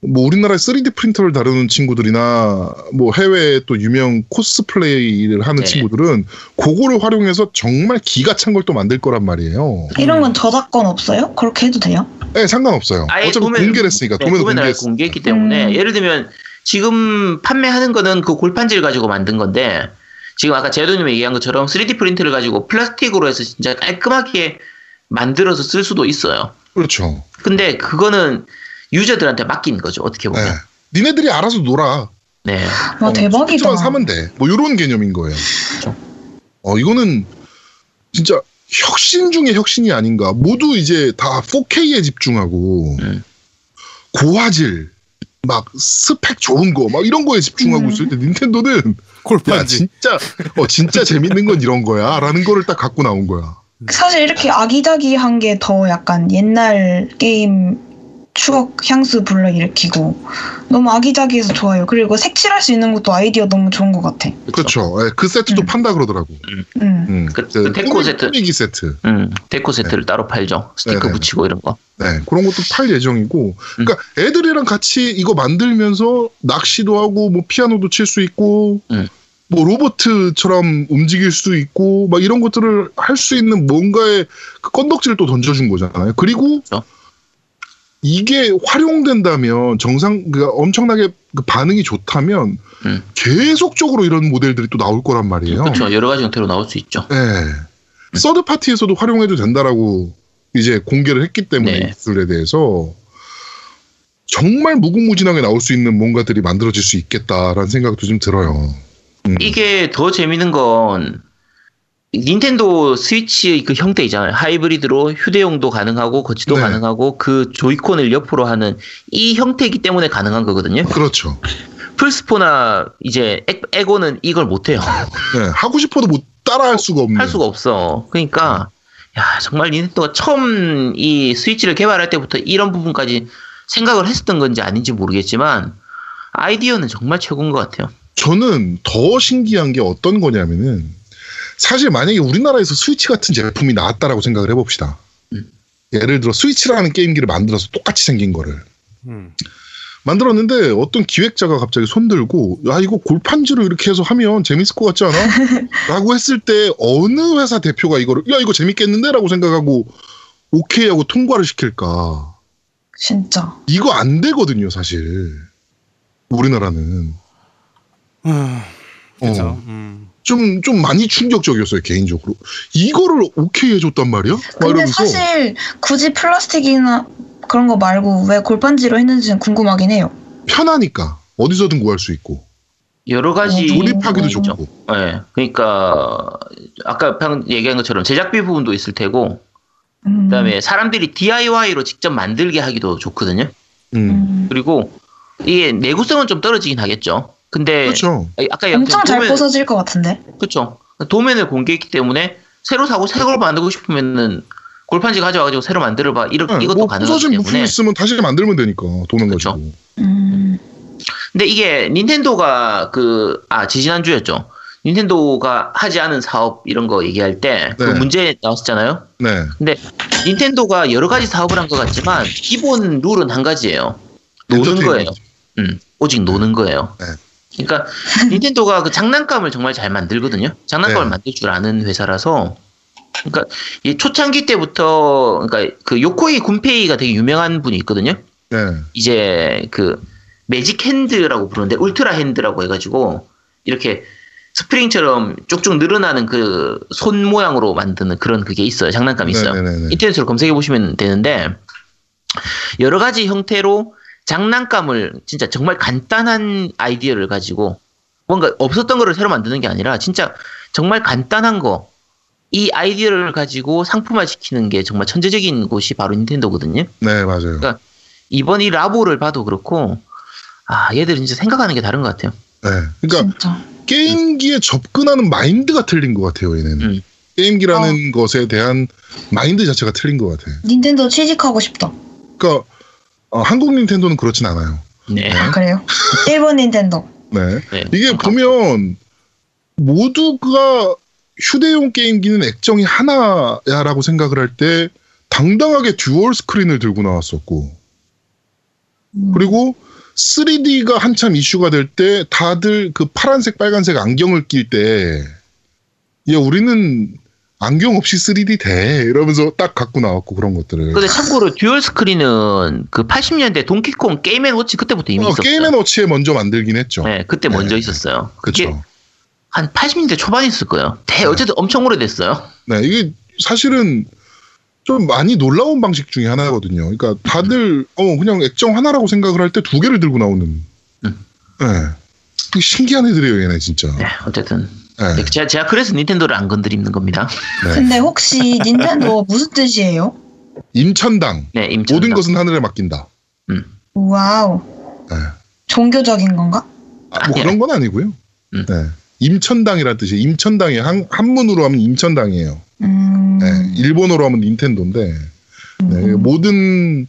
A: 뭐 우리나라에 3D 프린터를 다루는 친구들이나 뭐 해외에 또 유명 코스플레이를 하는
D: 네.
A: 친구들은 그거를 활용해서 정말 기가 찬 걸 또 만들 거란 말이에요.
C: 이런 건 저작권 없어요? 그렇게 해도 돼요?
A: 네, 상관없어요.
D: 아예
A: 어차피
D: 도면을-
A: 공개를 했으니까
D: 네,
A: 도면을
D: 도면을 아예
A: 공개했으니까.
D: 공개했기 때문에
C: 음.
D: 예를 들면 지금 판매하는 거는 그 골판지를 가지고 만든 건데 지금 아까 제도님이 얘기한 것처럼 3D 프린트를 가지고 플라스틱으로 해서 진짜 깔끔하게 만들어서 쓸 수도 있어요.
A: 그렇죠.
D: 근데 그거는 유저들한테 맡긴 거죠. 어떻게
A: 네.
D: 보면.
A: 니네들이 알아서 놀아.
D: 네.
C: 와
A: 어,
C: 대박이다.
A: 소프트만 사면 돼. 뭐 이런 개념인 거예요. 어 이거는 진짜 혁신 중의 혁신이 아닌가. 모두 이제 다 4K에 집중하고
D: 음.
A: 고화질 막 스펙 좋은 거 막 이런 거에 집중하고
C: 음.
A: 있을 때 닌텐도는 야
B: 골판지.
A: 진짜 어 진짜 재밌는 건 이런 거야라는 거를 딱 갖고 나온 거야.
C: 사실 이렇게 아기자기한 게 더 약간 옛날 게임 추억 향수 불러 일으키고 너무 아기자기해서 좋아요. 그리고 색칠할 수 있는 것도 아이디어 너무 좋은 것 같아.
A: 그렇죠. 예, 그 세트도
C: 음.
A: 판다 그러더라고.
C: 음.
A: 음.
D: 그- 그 데코
A: 꾸미-
D: 세트.
A: 꾸미기 세트.
D: 음, 데코 세트를 따로 팔죠. 스티커
A: 네. 네네.
D: 붙이고 이런 거.
A: 네, 그런 것도 팔 예정이고, 그러니까
D: 음.
A: 애들이랑 같이 이거 만들면서 낚시도 하고, 뭐 피아노도 칠 수 있고,
D: 음.
A: 뭐 로봇처럼 움직일 수 있고, 막 이런 것들을 할 수 있는 뭔가의 그 건덕지를 또 던져준 거잖아요. 그리고
D: 그렇죠.
A: 이게 활용된다면 정상, 그 엄청나게 그 반응이 좋다면
D: 음.
A: 계속적으로 이런 모델들이 또 나올 거란 말이에요.
D: 그렇죠. 여러 가지 형태로 나올 수 있죠.
A: 예. 서드 파티에서도 활용해도 된다라고 이제 공개를 했기 때문에
D: 네.
A: 이 기술에 대해서 정말 무궁무진하게 나올 수 있는 뭔가들이 만들어질 수 있겠다라는 생각도 좀 들어요. 음.
D: 이게 더 재밌는 건 닌텐도 스위치의 그 형태 있잖아요. 하이브리드로 휴대용도 가능하고 거치도
A: 네.
D: 가능하고 그 조이콘을 옆으로 하는 이 형태이기 때문에 가능한 거거든요.
A: 그렇죠.
D: 플스포나 이제 에, 에고는 이걸 못해요.
A: 네, 하고 싶어도 못 따라할 수가 없는.
D: 할 수가 없어. 그러니까 야 정말 닌텐도가 처음 이 스위치를 개발할 때부터 이런 부분까지 생각을 했었던 건지 아닌지 모르겠지만 아이디어는 정말 최고인 것 같아요.
A: 저는 더 신기한 게 어떤 거냐면은 사실 만약에 우리나라에서 스위치 같은 제품이 나왔다라고 생각을 해봅시다.
D: 음.
A: 예를 들어 스위치라는 게임기를 만들어서 똑같이 생긴 거를
B: 음.
A: 만들었는데 어떤 기획자가 갑자기 손들고 야 이거 골판지로 이렇게 해서 하면 재밌을 것 같지 않아? 라고 했을 때 어느 회사 대표가 이거를 야 이거 재밌겠는데? 라고 생각하고 오케이 하고 통과를 시킬까
C: 진짜.
A: 이거 안 되거든요 사실 우리나라는
B: 음. 그렇죠.
A: 어.
B: 음.
A: 좀, 좀 많이 충격적이었어요, 개인적으로. 이거를 오케이 해줬단 말이야? 막
C: 근데
A: 뭐 이러면서.
C: 사실 굳이 플라스틱이나 그런 거 말고 왜 골판지로 했는지는 궁금하긴 해요.
A: 편하니까. 어디서든 구할 수 있고.
D: 여러 가지
C: 음,
A: 어, 조립하기도
C: 음.
A: 좋고.
D: 예, 그러니까 아까 방금 얘기한 것처럼 제작비 부분도 있을 테고
C: 음.
D: 그다음에 사람들이 DIY로 직접 만들게 하기도 좋거든요.
A: 음.
C: 음.
D: 그리고 이게 내구성은 좀 떨어지긴 하겠죠. 근데
A: 그렇죠.
D: 아니, 아까
C: 엄청 잘
D: 도면-
C: 부서질 것 같은데.
D: 그렇죠. 도면을 공개했기 때문에 새로 사고 새 걸 만들고 싶으면은 골판지 가져와가지고 새로 만들어봐. 이렇
A: 네,
D: 이것도
A: 뭐
D: 가능하기
A: 부서진 부품
D: 때문에. 그렇죠.
A: 있으면 다시 만들면 되니까. 도면
D: 그쵸.
A: 가지고.
C: 음.
D: 근데 이게 닌텐도가 그, 아, 지지난 주였죠. 닌텐도가 하지 않은 사업 이런 거 얘기할 때 그
A: 네.
D: 문제 나왔었잖아요.
A: 네.
D: 근데 닌텐도가 여러 가지 사업을 한 것 같지만 기본 룰은 한 가지예요. 노는 거예요.
A: 엔터테인먼트.
D: 음, 오직 노는 거예요.
A: 네.
D: 그러니까 닌텐도가 그 장난감을 정말 잘 만들거든요. 장난감을
A: 네.
D: 만들 줄 아는 회사라서. 그러니까 이 초창기 때부터 그러니까 그 요코이 군페이가 되게 유명한 분이 있거든요.
A: 네.
D: 이제 그 매직 핸드라고 부르는데 울트라 핸드라고 해가지고 이렇게 스프링처럼 쭉쭉 늘어나는 그 손 모양으로 만드는 그런 그게 있어요. 장난감이 있어요.
A: 네네네네.
D: 인터넷으로 검색해 보시면 되는데 여러 가지 형태로 장난감을 진짜 정말 간단한 아이디어를 가지고 뭔가 없었던 거를 새로 만드는 게 아니라 진짜 정말 간단한 거 이 아이디어를 가지고 상품화 시키는 게 정말 천재적인 곳이 바로 닌텐도거든요.
A: 네, 맞아요.
D: 그러니까- 이번 이 라보를 봐도 그렇고 아 얘들은 진짜 생각하는 게 다른 것 같아요.
A: 네. 그러니까
C: 진짜.
A: 게임기에 접근하는 마인드가 틀린 것 같아요, 얘는.
D: 음. 어.
A: 게임기라는 것에 대한 마인드 자체가 틀린 것 같아.
C: 닌텐도 취직하고 싶다.
A: 그러니까 어, 한국 닌텐도는 그렇진 않아요.
D: 네.
C: 아, 그래요? 일본 닌텐도.
A: 네.
D: 네.
A: 이게 보면 모두가 휴대용 게임기는 액정이 하나야라고 생각을 할 때 당당하게 듀얼 스크린을 들고 나왔었고
C: 음.
A: 그리고 3D가 한참 이슈가 될 때 다들 그 파란색 빨간색 안경을 낄 때 야, 우리는 안경 없이 3D 돼 이러면서 딱 갖고 나왔고 그런 것들을 어,
D: 근데 참고로 듀얼 스크린은 그 80년대 동키콩 게임앤워치 그때부터 이미
A: 어,
D: 있었어요.
A: 게임앤워치에 먼저 만들긴 했죠.
D: 네, 그때 먼저
A: 네.
D: 있었어요. 그게
A: 그렇죠.
D: 한 80년대 초반에 있을 거예요. 대 어쨌든 엄청 오래됐어요.
A: 네, 이게 사실은 좀 많이 놀라운 방식 중에 하나거든요. 그러니까 다들 어 그냥 액정 하나라고 생각을 할 때 두 개를 들고 나오는. 예.
D: 음.
A: 되게 신기한 애들이에요, 얘네 진짜.
D: 네, 어쨌든
A: 예.
D: 제가, 제가 그래서 닌텐도를 안 건드리는 겁니다.
A: 네.
C: 근데 혹시 닌텐도 무슨 뜻이에요?
A: 임천당.
D: 네, 임차.
A: 모든 것은 하늘에 맡긴다.
C: 와우.
A: 네.
C: 종교적인 건가?
A: 아, 뭐 그런 건 아니고요.
D: 음.
A: 네. 임천당이란 뜻이 에요 임천당이 한 한문으로 하면 임천당이에요.
C: 음. 음.
A: 네. 일본어로 하면 닌텐도인데 네, 모든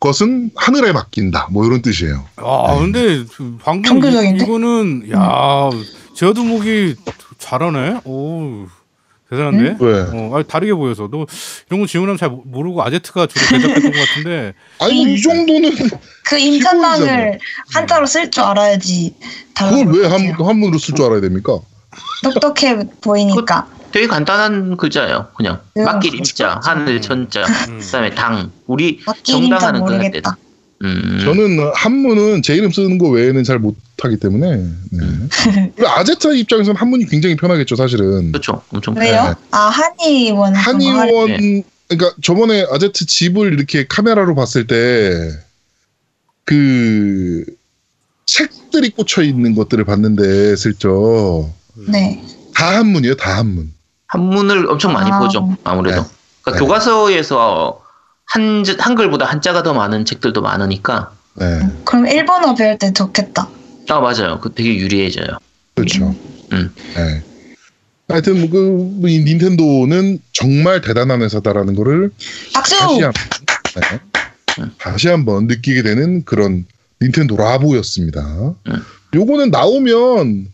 A: 것은 하늘에 맡긴다. 뭐 이런 뜻이에요.
B: 아
A: 네.
B: 근데 그 방금
C: 청교적인데? 음.
B: 이거는 야 제어두목이 잘하네. 오 대단한데.
C: 음?
A: 왜?
B: 어, 아니, 다르게 보여서 너 이런 거 질문하면 잘 모- 모르고 아제트가 주로 대답했던 것 같은데
A: 아니 뭐이 정도는
C: 그 임산당을
A: 시골이잖아요.
C: 한자로 쓸 줄 알아야지. 달라고
A: 뭐- 그걸 왜 한,
C: 볼게요.
A: 한문으로 쓸 줄 알아야 됩니까?
C: 똑똑해 보이니까.
D: 되게 간단한 글자예요. 그냥
C: 네,
D: 막길 임자, 하늘 천자,
B: 음.
D: 그다음에 당. 우리
C: 막기는 잘
D: 정당하는 그할 때.
C: 모르겠다.
D: 음.
A: 저는 한문은 제 이름 쓰는 거 외에는 잘 못하기 때문에 네. 우리 아제타 입장에서는 한문이 굉장히 편하겠죠 사실은
D: 그렇죠. 엄청
C: 왜요? 아 한의원.
A: 네. 한의원
D: 네.
A: 그러니까 저번에 아제트 집을 이렇게 카메라로 봤을 때 그 책들이 꽂혀 있는 것들을 봤는데 슬쩍
B: 음.
C: 네.
A: 다 한문이에요, 다 한문.
D: 한문을 엄청 많이
C: 아.
D: 보죠. 아무래도.
A: 네.
D: 그러니까
A: 네.
D: 교과서에서 한, 한글보다 한자가 더 많은 책들도 많으니까.
A: 네,
C: 그럼 일본어 배울 때 좋겠다.
D: 아, 맞아요. 그 되게 유리해져요.
A: 그렇죠.
D: 음.
A: 네. 하여튼 뭐 그, 이 닌텐도는 정말 대단한 회사다라는 거를
C: 박수!
A: 다시 한, 네. 다시 한번 느끼게 되는 그런 닌텐도 라보였습니다.
D: 음.
A: 요거는 나오면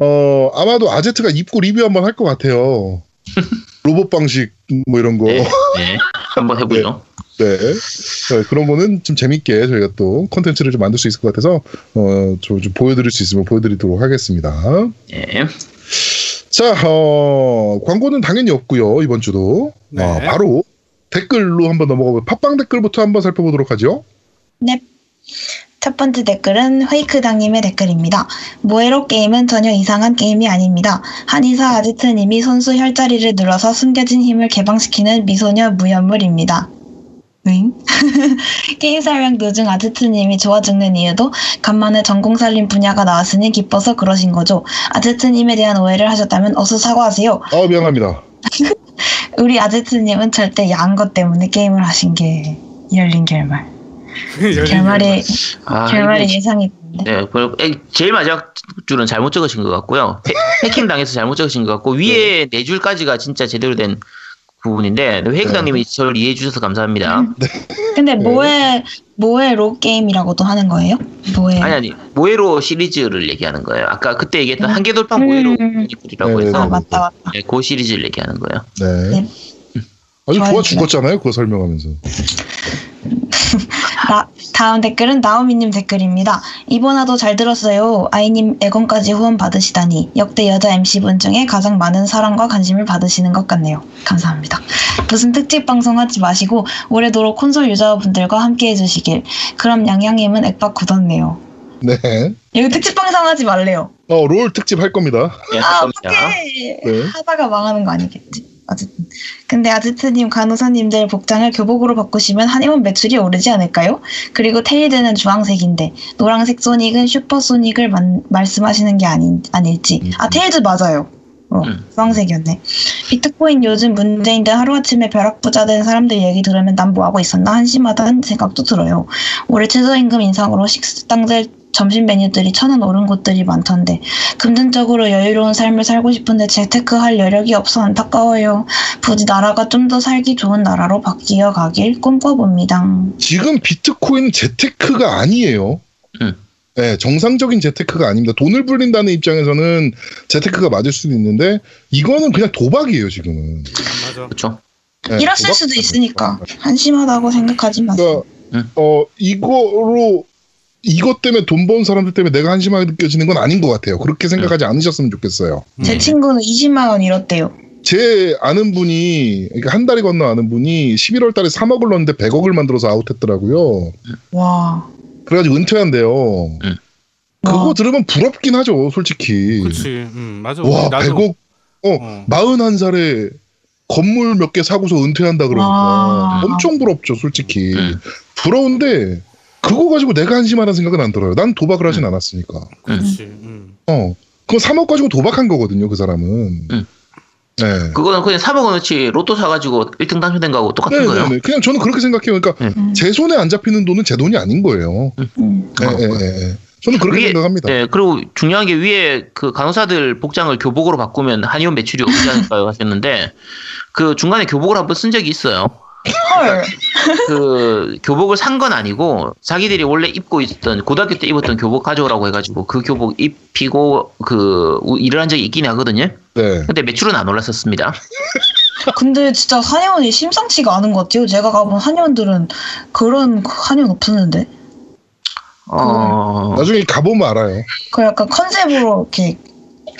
A: 어 아마도 아제트가 입고 리뷰 한번 할 것 같아요. 로봇 방식 뭐 이런 거.
D: 네. 네. 한번 해보죠.
A: 네. 네, 그런 거는 좀 재밌게 저희가 또 컨텐츠를 좀 만들 수 있을 것 같아서 어, 저, 좀 보여드릴 수 있으면 보여드리도록 하겠습니다.
D: 예.
A: 자, 어, 광고는 당연히 없고요 이번 주도
B: 네.
A: 어, 바로 댓글로 한번 넘어가고 팟빵 댓글부터 한번 살펴보도록 하죠.
C: 넵. 첫 번째 댓글은 회이크당님의 댓글입니다. 모에로 게임은 전혀 이상한 게임이 아닙니다. 한의사 아지트님이 손수 혈자리를 눌러서 숨겨진 힘을 개방시키는 미소녀 무연물입니다. 응? 게임 설명 도중 아지트님이 좋아 죽는 이유도 간만에 전공살림 분야가 나왔으니 기뻐서 그러신 거죠. 아지트님에 대한 오해를 하셨다면 어서 사과하세요.
A: 아 미안합니다.
C: 우리 아지트님은 절대 야한 것 때문에 게임을 하신 게 열린 결말. 결말이
D: 아,
C: 결말이
D: 이게-
C: 예상이
D: 네, 별- 에, 제일 마지막 줄은 잘못 적으신 것 같고요. 해- 해킹 당해서 잘못 적으신 것 같고 위에 네 줄까지가 진짜 제대로 된 부분인데 회익당님이
C: 네.
D: 저를 이해해 주셔서 감사합니다.
C: 음, 근데
D: 네.
C: 모에 모에 로 게임이라고도 하는 거예요? 모에
D: 아니 아니 모에로 시리즈를 얘기하는 거예요. 아까 그때 얘기했던
C: 음.
D: 한계돌파
C: 음.
D: 모에로 유니콘이라고
A: 네,
C: 아
D: 해서
A: 네,
C: 맞다 맞다
D: 네, 그 시리즈를 얘기하는 거예요.
A: 네.
C: 네.
A: 아주 좋아
C: 좋아요.
A: 죽었잖아요 그거 설명하면서.
C: 나- 다음 댓글은 나오미님 댓글입니다 이번화도 잘 들었어요 아이님 애건까지 후원 받으시다니 역대 여자 MC분 중에 가장 많은 사랑과 관심을 받으시는 것 같네요 감사합니다 무슨 특집 방송 하지 마시고 올해도록 콘솔 유저분들과 함께 해주시길 그럼 양양님은 액박 굳었네요
A: 네.
C: 이거 특집 방송 하지 말래요
A: 어롤 특집 할 겁니다.
D: 네,
C: 아,
D: 감사합니다.
C: 오케이.
A: 네.
C: 하다가 망하는 거 아니겠지. 어쨌든. 근데 아지트님, 간호사님들 복장을 교복으로 바꾸시면 한의원 매출이 오르지 않을까요? 그리고 테일드는 주황색인데 노란색 소닉은 슈퍼소닉을 만- 말씀하시는 게 아닌, 아닐지. 아 테일드 맞아요. 어,
D: 음.
C: 주황색이었네. 비트코인 요즘 문제인데 하루아침에 벼락부자 된 사람들 얘기 들으면 난 뭐하고 있었나 한심하다는 생각도 들어요. 올해 최저임금 인상으로 식당들 점심 메뉴들이 천 원 오른 곳들이 많던데 금전적으로 여유로운 삶을 살고 싶은데 재테크할 여력이 없어 안타까워요. 부디 나라가 좀 더 살기 좋은 나라로 바뀌어 가길 꿈꿔봅니다.
A: 지금 비트코인 재테크가 아니에요.
D: 음.
A: 네, 정상적인 재테크가 아닙니다. 돈을 불린다는 입장에서는 재테크가 맞을 수도 있는데 이거는 그냥 도박이에요 지금은.
B: 음, 맞아.
D: 그렇죠.
A: 네,
C: 일었을
A: 도박-
C: 수도 있으니까 한심하다고 생각하지 마세요.
A: 그러니까
D: 음.
A: 어 이거로 이것 때문에 돈 번 사람들 때문에 내가 한심하게 느껴지는 건 아닌 것 같아요. 그렇게 생각하지 않으셨으면 좋겠어요.
B: 음.
C: 제
D: 네.
C: 친구는 20만 원 잃었대요.
A: 제 아는 분이 그러니까 한 달이 건너 아는 분이 11월 달에 3억을 넣었는데 100억을 만들어서 아웃했더라고요.
C: 와.
A: 그래가지고 은퇴한대요. 그거
C: 와.
A: 들으면 부럽긴 하죠, 솔직히.
B: 그렇지. 음, 맞아.
A: 와,
B: 나도-
A: 100억, 어,
B: 어.
A: 41살에 건물 몇 개 사고서 은퇴한다 그러니까
C: 와.
A: 엄청 부럽죠, 솔직히.
D: 음.
A: 부러운데, 그거 가지고 내가 한심하다는 생각은 안 들어요. 난 도박을 하진 않았으니까.
B: 그렇지. 음.
A: 어. 그건 3억 가지고 도박한 거거든요, 그 사람은.
D: 음.
A: 네.
D: 그거는 그냥 3억 원어치 로또 사가지고 1등 당첨된 거하고 똑같은 거예요.
A: 네네네. 그냥 저는 그렇게 생각해요. 그러니까
C: 음.
A: 제 손에 안 잡히는 돈은 제 돈이 아닌 거예요.
C: 음.
A: 예,
D: 어.
A: 예, 예, 예. 저는 그렇게
D: 위에-
A: 생각합니다.
D: 네, 그리고 중요한 게 위에 그 간호사들 복장을 교복으로 바꾸면 한의원 매출이 오르지 않을까요 하셨는데 그 중간에 교복을 한번 쓴 적이 있어요.
C: 헐.
D: 그 교복을 산 건 아니고 자기들이 원래 입고 있던 고등학교 때 입었던 교복 가져오라고 해가지고 그 교복 입히고 그 우- 일을 한 적이 있긴 하거든요.
A: 네.
D: 근데 매출은 안 올랐었습니다.
C: 근데 진짜 한의원이 심상치가 않은 것 같아요. 제가 가본 한의원들은 그런 한의원 없었는데.
D: 어,
A: 나중에 가보면 알아요.
C: 그 약간 컨셉으로 이렇게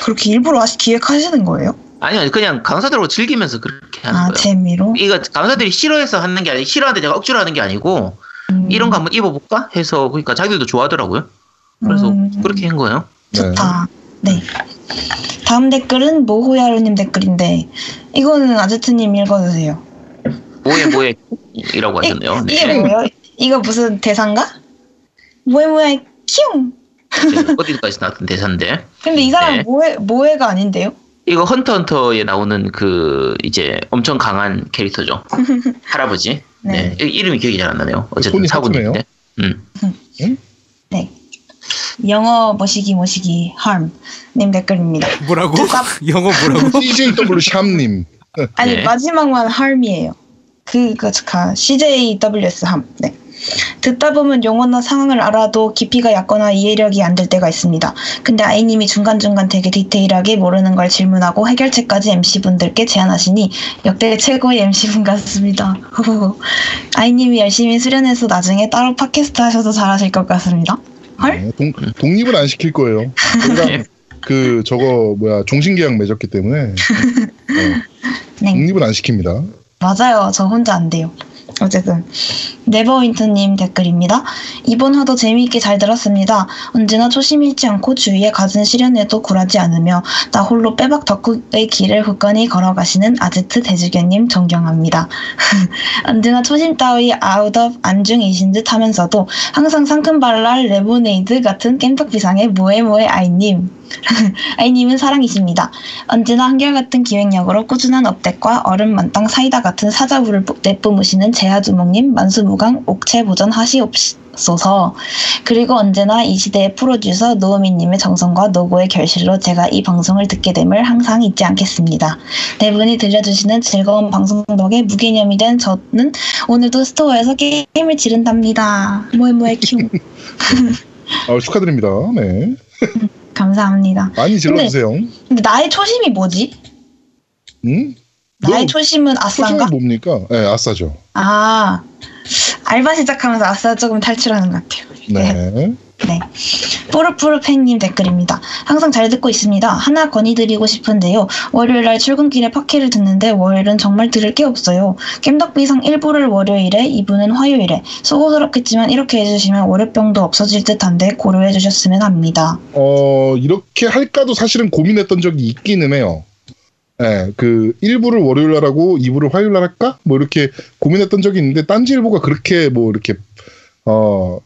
C: 그렇게 일부러 하시- 기획하시는 거예요?
D: 아니요, 그냥 강사들하고 즐기면서 그렇게 하는
C: 아
D: 거예요. 네.
C: 재미로?
D: 이거 강사들이 싫어해서 하는 게 아니, 싫어하는데 제가 억지로 하는 게 아니고
C: 음.
D: 이런 거 한번 입어볼까 해서 그러니까 자기들도 좋아하더라고요. 그래서
C: 음.
D: 그렇게 한 거예요.
A: 네.
C: 좋다. 네. 다음 댓글은 모호야루님 댓글인데 이거는 아제트님 읽어주세요.
D: 뭐해 뭐해이라고 하셨네요.
C: 이게
D: 네.
C: 뭐예요? 이거 무슨 대사인가? 뭐해 뭐해 키웅.
D: 네, 어디까지 나왔던 대사인데
C: 근데 이 사람
D: 네.
C: 은 뭐해 뭐해가 아닌데요?
D: 이거 헌터 헌터에 나오는 그 이제 엄청 강한 캐릭터죠 할아버지 네. 이- 이름이 기억이 잘 안 나네요 어쨌든
A: 손이
D: 사군인데
A: 하트네요.
D: 음.
C: 네. 영어 모시기 모시기 harm님 댓글입니다.
B: 음. 뭐라고? 영어 뭐라고?
A: CJW 샴님.
C: 아니
D: 네.
C: 마지막만 harm이에요. 그, 그, 가, CJWS 함. 네. 듣다 보면 용어나 상황을 알아도 깊이가 얕거나 이해력이 안 될 때가 있습니다. 근데 아이님이 중간중간 되게 디테일하게 모르는 걸 질문하고 해결책까지 MC분들께 제안하시니 역대 최고의 MC분 같습니다. 아이님이 열심히 수련해서 나중에 따로 팟캐스트 하셔도 잘하실 것 같습니다. 헐?
A: 네, 동, 독립을 안 시킬 거예요.
D: 예.
A: 그러니까 그 저거 뭐야 종신계약 맺었기 때문에
C: 네.
A: 독립을 안 시킵니다.
C: 맞아요. 저 혼자 안 돼요. 어쨌든 네버윈터님 댓글입니다. 이번 화도 재미있게 잘 들었습니다. 언제나 초심 잃지 않고 주위에 가진 시련에도 굴하지 않으며 나 홀로 빼박 덕후의 길을 굳건히 걸어가시는 아제트 대주견님 존경합니다. 언제나 초심 따위 아웃업 안중이신 듯 하면서도 항상 상큼발랄 레모네이드 같은 깸떡비상의 모에모에 아이님. 아이님은 사랑이십니다. 언제나 한결같은 기획력으로 꾸준한 업데과 얼음 만땅 사이다 같은 사자부를 뿜- 내뿜으시는 제아주몽님 만수무강 옥체 보전 하시옵소서. 그리고 언제나 이 시대의 프로듀서 노우미님의 정성과 노고의 결실로 제가 이 방송을 듣게 됨을 항상 잊지 않겠습니다. 네 분이 들려주시는 즐거운 방송 덕에 무개념이 된 저는 오늘도 스토어에서 게임을 지른답니다. 모에모에 큐.
A: 아, 축하드립니다. 네.
C: 감사합니다.
A: 많이 질러주세요.
C: 근데 나의 초심이 뭐지?
A: 응?
C: 나의
A: 너
C: 초심은
A: 소중히
C: 아싸인가?
A: 뭡니까? 네, 아싸죠.
C: 아, 알바 시작하면서 아싸 조금 탈출하는 것 같아요.
A: 네.
C: 네. 뽀르뽀르팬님 댓글입니다. 항상 잘 듣고 있습니다. 하나 건의드리고 싶은데요. 월요일 날 출근길에 팟캐를 듣는데 월요일은 정말 들을 게 없어요. 겜덕비상 일부를 월요일에, 이부는 화요일에. 수고스럽겠지만 이렇게 해주시면 월요병도 없어질 듯한데 고려해 주셨으면 합니다.
A: 어, 이렇게 할까도 사실은 고민했던 적이 있기는 해요. 네, 그, 1부를 월요일 날 하고 2부를 화요일 날 할까? 뭐 이렇게 고민했던 적이 있는데, 딴지일보가 그렇게 뭐 이렇게, 어,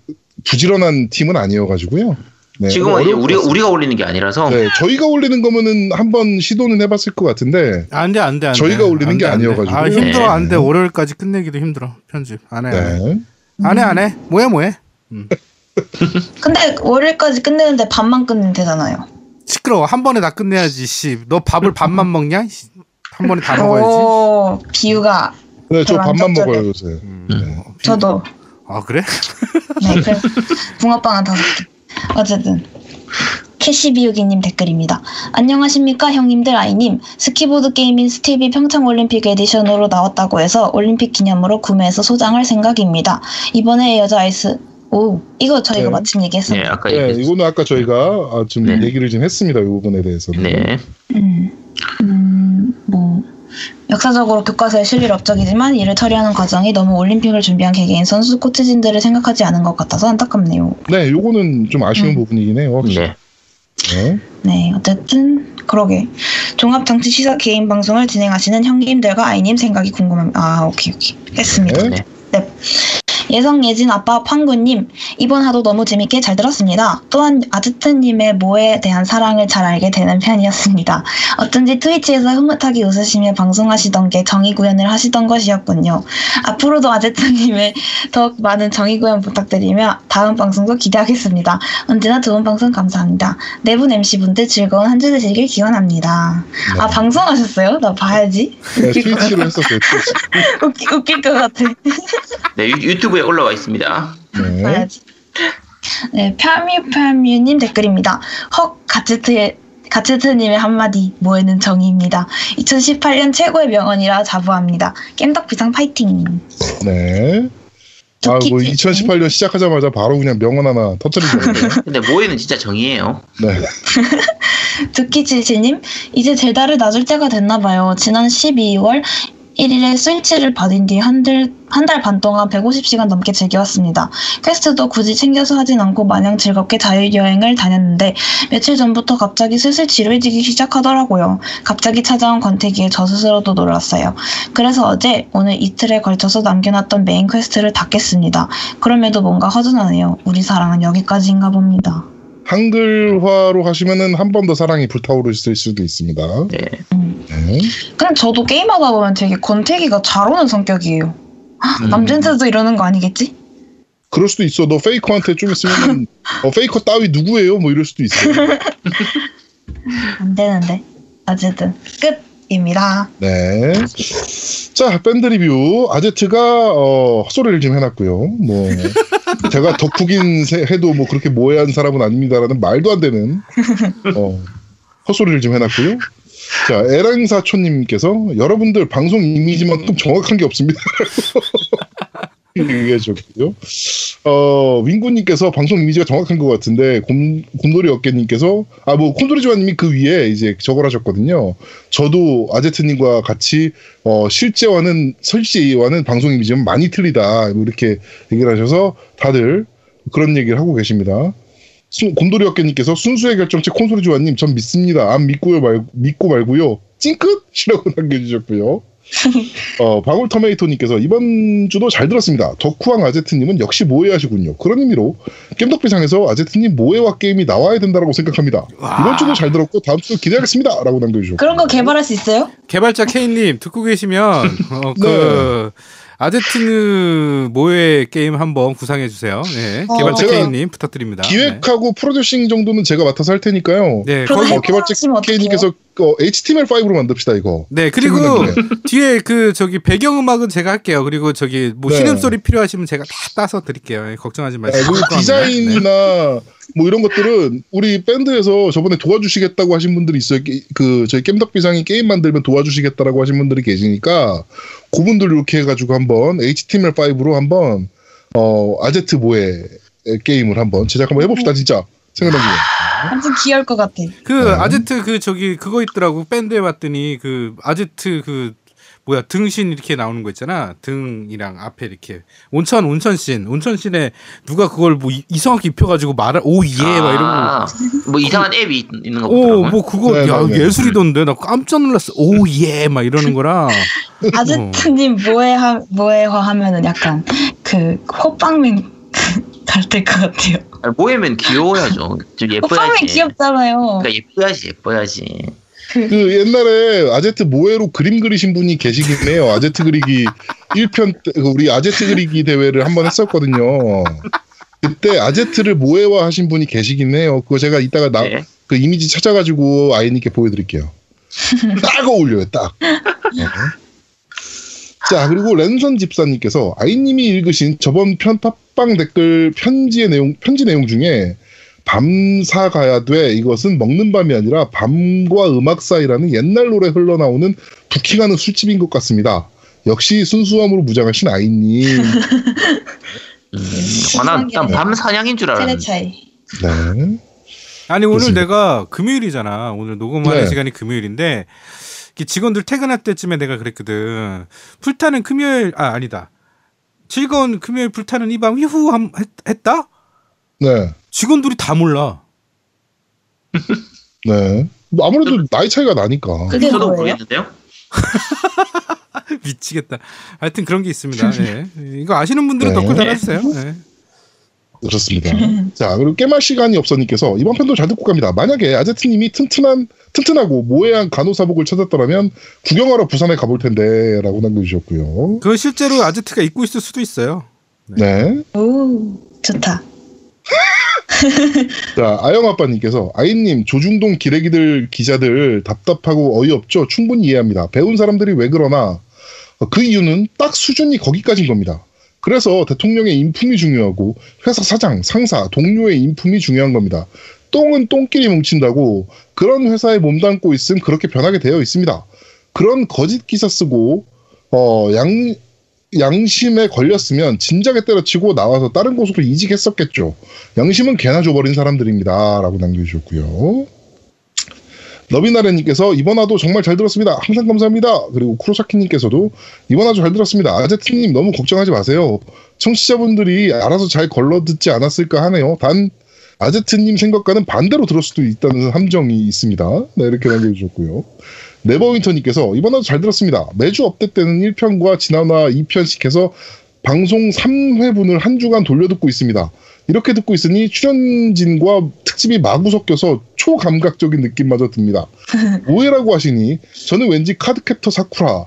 A: 부지런한 팀은 아니어가지고요. 네,
D: 지금은 이제
A: 어려울
D: 우리,
A: 것 같습니다.
D: 우리가 올리는 게 아니라서
A: 네, 저희가 올리는 거면은 한번 시도는 해봤을 것 같은데,
B: 아, 안돼 안돼 안돼.
A: 저희가 올리는 게 아니어가지고.
B: 아 힘들어
D: 네.
B: 안돼 월요일까지 끝내기도 힘들어 편집 안해
A: 네.
C: 음.
B: 안해 안해 뭐해 뭐해
C: 근데 월요일까지 끝내는데 반만 끝내면 되잖아요.
B: 시끄러워 한 번에 다 끝내야지 씨너 밥을 반만 먹냐 씨. 한 번에 다 먹어야지.
C: 오, 비유가
A: 네, 저
C: 별로 안
A: 밥만
C: 적절해.
A: 먹어요, 요새. 네.
B: 음. 어, 비-
C: 저도
B: 아 그래?
C: 네, 그 붕어빵은 다섯 개. 어쨌든. 캐시비우기님 댓글입니다. 안녕하십니까 형님들 아이님. 스키보드 게임인 스티비 평창 올림픽 에디션으로 나왔다고 해서 올림픽 기념으로 구매해서 소장할 생각입니다. 이번에 여자 아이스 오 이거 저희가
A: 네.
C: 마침
D: 네,
C: 얘기했습니다.
D: 아까
A: 네,
D: 얘기했
A: 이거는 아까 저희가 아, 지금
D: 네.
A: 얘기를 좀 했습니다. 이 부분에 대해서는.
D: 네.
C: 음, 음, 뭐 역사적으로 교과서에 실릴 업적이지만 이를 처리하는 과정이 너무 올림픽을 준비한 개개인 선수 코치진들을 생각하지 않은 것 같아서 안타깝네요.
A: 네, 요거는 좀 아쉬운
C: 음.
A: 부분이긴 해요. 확실히.
D: 네.
A: 네.
C: 네, 어쨌든 그러게 종합정치 시사 개인 방송을 진행하시는 형님들과 아이님 생각이 궁금합니다. 아, 오케이 오케이 했습니다.
A: 네.
D: 네.
C: 예성 예진 아빠 판구님 이번 하도 너무 재밌게 잘 들었습니다. 또한 아즈트님의 모에 대한 사랑을 잘 알게 되는 편이었습니다. 어쩐지 트위치에서 흐뭇하게 웃으시며 방송하시던 게 정의 구현을 하시던 것이었군요. 앞으로도 아제트님의 더욱 많은 정의 구현 부탁드리며 다음 방송도 기대하겠습니다. 언제나 좋은 방송 감사합니다. 네 분 MC분들 즐거운 한 주 되시길 기원합니다. 아 방송하셨어요? 나 봐야지.
A: 네, 트위치로 했었어요. 트위치.
C: 웃기, 웃길 것 같아.
D: 네, 유- 유튜브에 올라와 있습니다.
A: 네.
C: 봐야지. 네, 팜유팜유님 댓글입니다. 헉, 가츠트의 가츠트님의 한마디 모에는 정의입니다. 2018년 최고의 명언이라 자부합니다. 깸덕비상 파이팅.
A: 네. 아, 뭐 2018년 시작하자마자 바로 그냥 명언 하나 터뜨리고. 그러네요.
D: 근데 모에는 진짜 정의예요.
A: 네.
C: 두키칠칠님 이제 젤다를 놔줄 때가 됐나봐요. 지난 12월 1일에 스위치를 받은 뒤 한달한 달 반 동안 150시간 넘게 즐겨왔습니다. 퀘스트도 굳이 챙겨서 하진 않고 마냥 즐겁게 자유여행을 다녔는데 며칠 전부터 갑자기 슬슬 지루해지기 시작하더라고요. 갑자기 찾아온 권태기에 저 스스로도 놀랐어요. 그래서 어제 오늘 이틀에 걸쳐서 남겨놨던 메인 퀘스트를 다 깼습니다. 그럼에도 뭔가 허전하네요. 우리 사랑은 여기까지인가 봅니다.
A: 한글화로 하시면은 한 번 더 사랑이 불타오를 수도 있습니다.
D: 네.
C: 음.
A: 네.
C: 근데 저도 게임하다 보면 되게 권태기가 잘 오는 성격이에요. 아,
D: 음.
C: 남진세도 이러는 거 아니겠지?
A: 그럴 수도 있어. 너 페이커한테 좀 있으면 어, 페이커 따위 누구예요? 뭐 이럴 수도 있어. 요
C: 안 되는데. 어쨌든 끝입니다.
A: 네. 자 밴드 리뷰 아제트가 어, 헛소리를 좀 해놨고요. 뭐 제가 덕후긴 세- 해도 뭐 그렇게 모해한 사람은 아닙니다라는 말도 안 되는 어, 헛소리를 좀 해놨고요. 자 에랑사촌님께서 여러분들 방송 이미지만큼 정확한 게 없습니다. 얘기해 주셨고요. 어, 윙구님께서 방송 이미지가 정확한 것 같은데, 곰, 곰돌이 어깨님께서, 아, 뭐, 곰돌이 조아님이 그 위에 이제 저걸 하셨거든요. 저도 아제트님과 같이, 어, 실제와는, 설치와는 방송 이미지는 많이 틀리다. 뭐 이렇게 얘기를 하셔서 다들 그런 얘기를 하고 계십니다. 순- 곰돌이 어깨님께서 순수의 결정체 콘솔이 조아님, 전 믿습니다. 안 믿고요, 말, 믿고 말고요. 찡끗! 이라고 남겨주셨고요. 어, 방울터메이토님께서 이번 주도 잘 들었습니다. 덕후왕 아제트님은 역시 모해하시군요. 그런 의미로 겜덕비상에서 아제트님 모해와 게임이 나와야 된다라고 생각합니다.
B: 와.
A: 이번 주도 잘 들었고 다음 주도 기대하겠습니다. 라고 남겨주셨고
C: 그런 거 개발할 수 있어요?
B: 개발자 케인님 듣고 계시면 어, 그
A: 네.
B: 아제트느 모의 게임 한번 구상해 주세요. 네,
C: 어,
B: 개발자
A: 제가
B: 케인님 부탁드립니다.
A: 기획하고 프로듀싱 정도는 제가 맡아서 할 테니까요.
B: 네, 네,
C: 아, 그럼
B: 거기-
A: 어, 개발자
C: 해보시면 어떡해요?
A: 케이님께서 HTML5로 만듭시다 이거.
B: 네 그리고
A: 생각나게.
B: 뒤에 그 저기 배경 음악은 제가 할게요. 그리고 저기 뭐
A: 네.
B: 신음소리 필요하시면 제가 다 따서 드릴게요. 예, 걱정하지
A: 네,
B: 마시고.
A: 그리고 디자인이나 뭐 이런 것들은 우리 밴드에서 저번에 도와주시겠다고 하신 분들이 있어요. 게- 그 저희 겜덕비상이 게임 만들면 도와주시겠다라고 하신 분들이 계시니까 그분들 이렇게 해가지고 한번 HTML5로 한번 어 아제트 모의 게임을 한번 제작 한번 해봅시다 진짜 생각나게.
C: 완전 귀여울 것 같아.
B: 그
A: 네.
B: 아제트 그 저기 그거 있더라고 밴드에 봤더니 그 아제트 그 뭐야 등신 이렇게 나오는 거 있잖아 등이랑 앞에 이렇게 온천 온천신 온천신에 누가 그걸 뭐 이- 이상하게 입혀가지고 말을 오예막 이런
D: 아, 뭐 이상한 앱이 있- 있는 거
B: 거
D: 보더라고요.
B: 오 뭐 그거
A: 네,
B: 야
A: 네, 네.
B: 예술이던데 나 깜짝 놀랐어 오예막 이러는 거라
C: 아제트님 모해화 모해화 하면은 약간 그 호빵맨 같을 것 같아요.
D: 아니, 모이면 귀여워야죠. 좀
C: 호빵맨
D: 예뻐야지.
C: 어, 귀엽잖아요.
D: 그러니까 예뻐야지, 예뻐야지.
A: 그 옛날에 아제트 모해로 그림 그리신 분이 계시긴 해요. 아제트 그리기 1편 때그 우리 아제트 그리기 대회를 한 번 했었거든요. 그때 아제트를 모해화 하신 분이 계시긴 해요. 그거 제가 이따가 나,
D: 네.
A: 그 이미지 찾아가지고 아이님께 보여드릴게요. 딱 어울려요, 딱. 네. 자, 그리고 랜선 집사님께서 아이님이 읽으신 저번 편 팟빵 댓글 편지의 내용, 편지 내용 중에 밤사 가야 돼. 이것은 먹는 밤이 아니라 밤과 음악 사이라는 옛날 노래 흘러나오는 부킹하는 술집인 것 같습니다. 역시 순수함으로 무장하신 아이님.
D: 음, 아, 난,
C: 세상에.
D: 난밤 사냥인 줄
C: 세대
D: 알았는데.
C: 차이.
A: 네.
B: 아니 오늘
A: 그렇습니다.
B: 내가 금요일이잖아. 오늘 녹음하는
A: 네.
B: 시간이 금요일인데 이렇게 직원들 퇴근할 때쯤에 내가 그랬거든. 불타는 금요일 아 아니다. 즐거운 금요일 불타는 이 밤 휴후 함, 했, 했다?
A: 네.
B: 직원들이 다 몰라.
A: 네. 뭐 아무래도 나이 차이가 나니까.
C: 그게
D: 저도
C: 뭐예요?
D: 모르겠는데요?
B: 미치겠다. 하여튼 그런 게 있습니다. 예. 이거 아시는 분들은
A: 네.
B: 댓글 달아주세요. 예.
A: 그렇습니다. 자, 그리고 깨말 시간이 없어님께서 이번 편도 잘 듣고 갑니다. 만약에 아제트님이 튼튼한, 튼튼하고 모해한 간호사복을 찾았더라면 구경하러 부산에 가볼 텐데 라고 남겨주셨고요.
B: 그건 실제로 아제트가 입고 있을 수도 있어요.
A: 네.
C: 오 좋다.
A: 자, 아영아빠님께서 아이님, 조중동 기레기들 기자들 답답하고 어이없죠? 충분히 이해합니다. 배운 사람들이 왜 그러나 그 이유는 딱 수준이 거기까지인 겁니다. 그래서 대통령의 인품이 중요하고 회사 사장, 상사, 동료의 인품이 중요한 겁니다. 똥은 똥끼리 뭉친다고 그런 회사에 몸담고 있음 그렇게 변하게 되어 있습니다. 그런 거짓 기사 쓰고 어, 양 양심에 걸렸으면 진작에 때려치고 나와서 다른 곳으로 이직했었겠죠. 양심은 개나 줘버린 사람들입니다라고 남겨주셨고요. 러비나레님께서 이번 화도 정말 잘 들었습니다. 항상 감사합니다. 그리고 쿠로사키님께서도 이번 화도 잘 들었습니다. 아제트님 너무 걱정하지 마세요. 청취자분들이 알아서 잘 걸러 듣지 않았을까 하네요. 단 아제트님 생각과는 반대로 들을 수도 있다는 함정이 있습니다. 네, 이렇게 남겨주셨고요. 네버윈터님께서 이번 화도 잘 들었습니다. 매주 업데이트 되는 1편과 지난화 2편씩 해서 방송 3회분을 한 주간 돌려듣고 있습니다. 이렇게 듣고 있으니 출연진과 특집이 마구 섞여서 초감각적인 느낌마저 듭니다. 모해라고 하시니 저는 왠지 카드캡터 사쿠라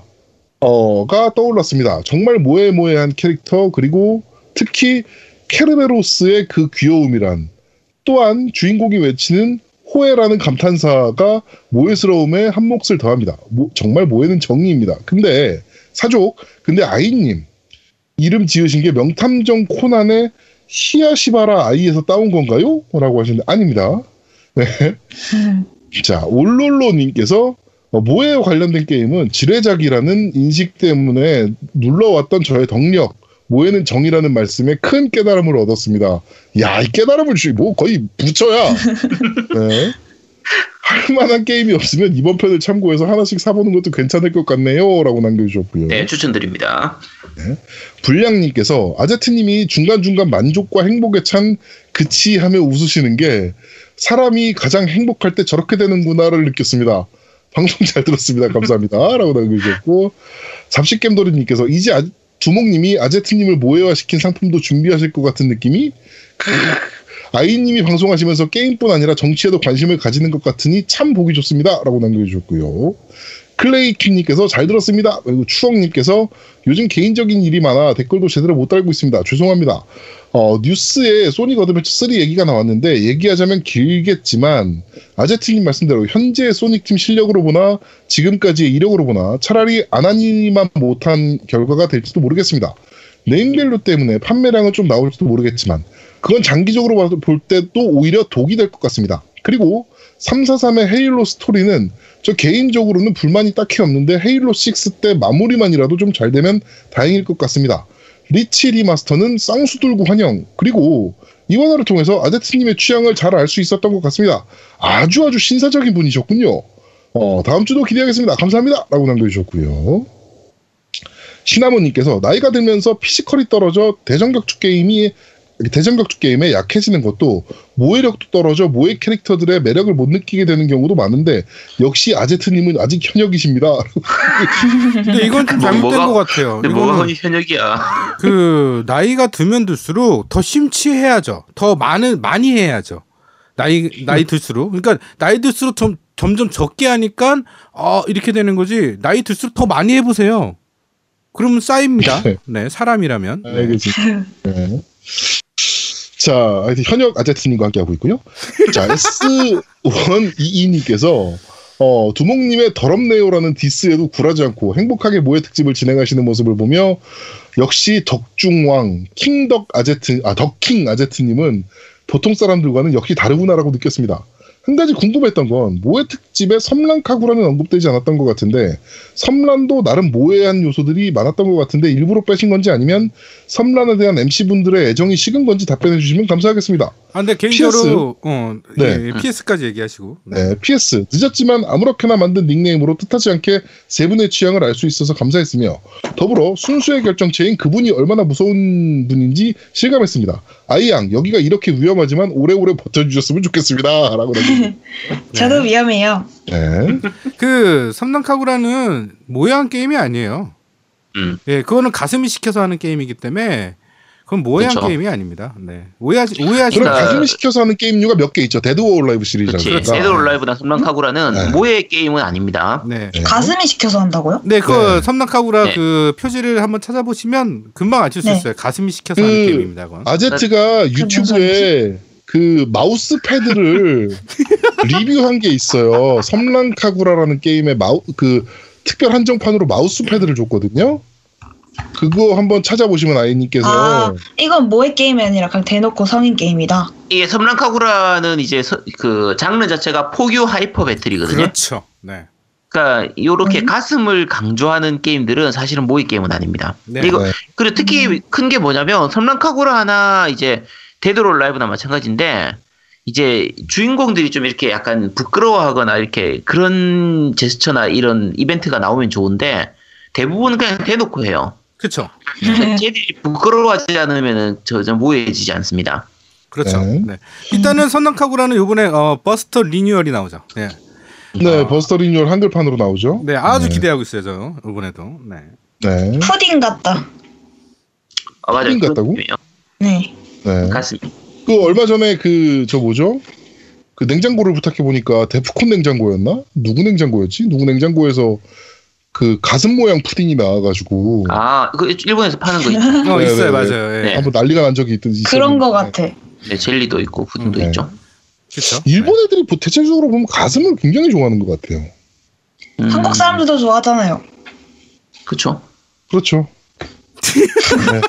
A: 어가 떠올랐습니다. 정말 모해모해한 캐릭터 그리고 특히 케르베로스의 그 귀여움이란 또한 주인공이 외치는 호해라는 감탄사가 모해스러움에 한 몫을 더합니다. 모- 정말 모해는 정의입니다. 근데 사족 근데 아이님 이름 지으신 게 명탐정 코난의 히야시바라 아이에서 따온 건가요? 라고 하시는데 아닙니다.
C: 음.
A: 자, 올롤로님께서 어, 모해와 관련된 게임은 지뢰작이라는 인식 때문에 눌러왔던 저의 덕력, 모해는 정이라는 말씀에 큰 깨달음을 얻었습니다. 야, 이 깨달음을 주뭐 거의 부처야. 네. 할 만한 게임이 없으면 이번 편을 참고해서 하나씩 사보는 것도 괜찮을 것 같네요. 라고 남겨주셨고요.
D: 네, 추천드립니다.
A: 불량님께서 아제트님이 중간중간 만족과 행복에 찬 그치 하며 웃으시는 게 사람이 가장 행복할 때 저렇게 되는구나를 느꼈습니다. 방송 잘 들었습니다. 감사합니다. 라고 남겨주셨고, 잡식겜돌이님께서 이제 아- 주목님이 아제트님을 모해화시킨 상품도 준비하실 것 같은 느낌이 아이님이 방송하시면서 게임뿐 아니라 정치에도 관심을 가지는 것 같으니 참 보기 좋습니다. 라고 남겨주셨고요. 클레이퀸님께서 잘 들었습니다. 그리고 추억님께서 요즘 개인적인 일이 많아 댓글도 제대로 못 달고 있습니다. 죄송합니다. 어, 뉴스에 소니 거드매치 3 얘기가 나왔는데 얘기하자면 길겠지만 아제트님 말씀대로 현재 소닉팀 실력으로 보나 지금까지의 이력으로 보나 차라리 아나니만 못한 결과가 될지도 모르겠습니다. 네임밸류 때문에 판매량은 좀 나올지도 모르겠지만 그건 장기적으로 봐도 볼 때도 오히려 독이 될 것 같습니다. 그리고 343의 헤일로 스토리는 저 개인적으로는 불만이 딱히 없는데 헤일로 6 때 마무리만이라도 좀 잘 되면 다행일 것 같습니다. 리치 리마스터는 쌍수 들고 환영 그리고 이원화를 통해서 아제트님의 취향을 잘 알 수 있었던 것 같습니다. 아주 아주 신사적인 분이셨군요. 어, 다음 주도 기대하겠습니다. 감사합니다. 라고 남겨주셨고요. 시나모님께서 나이가 들면서 피지컬이 떨어져 대전격투 게임이 대전격투 게임에 약해지는 것도 모해력도 떨어져 모해 캐릭터들의 매력을 못 느끼게 되는 경우도 많은데 역시 아제트님은 아직 현역이십니다.
B: 근데 이건 좀
D: 뭐,
B: 잘못된
D: 뭐가-
B: 것 같아요.
D: 근데 뭐가
B: 어, 이거는
D: 거의 현역이야.
B: 그 나이가 들면 들수록 더 심취해야죠. 더 많은 많이 해야죠. 나이 나이
A: 네.
B: 들수록 그러니까 나이 들수록 점, 점점 적게 하니까 어 이렇게 되는 거지. 나이 들수록 더 많이 해보세요. 그러면 쌓입니다. 네 사람이라면. 네.
A: 알겠습니다. 네. 자, 하여튼 현역 아제트님과 함께하고 있고요. 자, S122님께서 어, 두목님의 더럽네요라는 디스에도 굴하지 않고 행복하게 모의 특집을 진행하시는 모습을 보며 역시 덕중왕, 킹덕 아제트, 아, 덕킹 아제트님은 보통 사람들과는 역시 다르구나라고 느꼈습니다. 한 가지 궁금했던 건 모해 특집에 섬란카구라는 언급되지 않았던 것 같은데 섬란도 나름 모해한 요소들이 많았던 것 같은데 일부러 빼신 건지 아니면 섬란에 대한 MC분들의 애정이 식은 건지 답변해 주시면 감사하겠습니다.
B: 아 근데 개인적으로 어
A: 네.
B: PS까지 얘기하시고.
A: 네, PS 늦었지만 아무렇게나 만든 닉네임으로 뜻하지 않게 세 분의 취향을 알 수 있어서 감사했으며 더불어 순수의 결정체인 그분이 얼마나 무서운 분인지 실감했습니다. 아이양 여기가 이렇게 위험하지만 오래오래 버텨주셨으면 좋겠습니다라고 남겨주셨어요.
C: 저도 위험해요.
A: 네,
B: 그 삼단카구라는 모양 게임이 아니에요.
D: 음.
B: 예, 그거는 가슴이 시켜서 하는 게임이기 때문에 그건 모양
D: 그쵸.
B: 게임이 아닙니다. 네. 오해하시 오해하시
A: 그럼
D: 그러니까-
A: 가슴을 시켜서 하는 게임류가 몇 개 있죠. 데드 오어 라이브
D: 그렇지.
A: 시리즈라든가.
D: 세드 올라이브나
C: 음?
D: 섬랑카구라는
A: 네.
D: 모해 게임은 아닙니다.
B: 네.
A: 네.
C: 가슴이 시켜서 한다고요?
B: 네, 그
A: 네.
B: 섬나카구라
D: 네.
B: 그 표지를 한번 찾아보시면 금방 아실 수
C: 네.
B: 있어요. 가슴이 시켜서 하는
A: 그-
B: 게임입니다. 그건.
A: 아제트가 유튜브에 그 마우스 패드를 리뷰한 게 있어요. 섬랑카구라라는 게임의 마우 그 특별 한정판으로 마우스 패드를 줬거든요. 그거 한번 찾아보시면 아이님께서
C: 아, 이건 모의 게임이 아니라 그냥 대놓고 성인 게임이다.
D: 이게 섬랑카구라는 이제 서- 그 장르 자체가 포교 하이퍼 배틀이거든요.
B: 그렇죠. 네.
D: 그러니까 요렇게
C: 음.
D: 가슴을 강조하는 게임들은 사실은 모의 게임은 아닙니다.
B: 네.
D: 이거
A: 네.
D: 그리고 특히 큰 게 뭐냐면 섬랑카구라 하나 이제 데드롤 라이브나 마찬가지인데 이제 주인공들이 좀 이렇게 약간 부끄러워하거나 이렇게 그런 제스처나 이런 이벤트가 나오면 좋은데 대부분 그냥 대놓고 해요.
B: 그렇죠.
A: 네.
D: 쟤들이 부끄러워하지 않으면 저좀 우회해지지 않습니다.
B: 그렇죠.
A: 네.
B: 네. 일단은 선당카구라는 요번에 어, 버스터 리뉴얼이 나오죠. 네.
A: 네, 버스터 리뉴얼 한글판으로 나오죠.
B: 네, 아주
A: 네.
B: 기대하고 있어요, 저 이번에도. 네.
A: 네.
C: 푸딩 같다.
D: 아, 맞아요.
A: 푸딩 같다고?
D: 그런 느낌이에요.
C: 네.
A: 네.
D: 같습니다.
A: 그 얼마 전에 그 저 뭐죠? 그 냉장고를 부탁해 보니까 데프콘 냉장고였나? 누구 냉장고였지? 누구 냉장고에서 그 가슴 모양 푸딩이 나와가지고
D: 아, 그 일본에서 파는 거 있죠.
B: 어,
A: 네,
B: 있어요,
A: 네, 네.
B: 맞아요. 예.
D: 네.
A: 한번 난리가 난 적이 있던
C: 그런 거 같아.
D: 네, 젤리도 있고 푸딩도
A: 네.
D: 있죠.
B: 그렇죠.
A: 일본 애들이 보- 대체적으로 보면 가슴을 굉장히 좋아하는 것 같아요.
D: 음,
C: 한국 사람들도 좋아하잖아요.
D: 그렇죠.
A: 그렇죠. 네.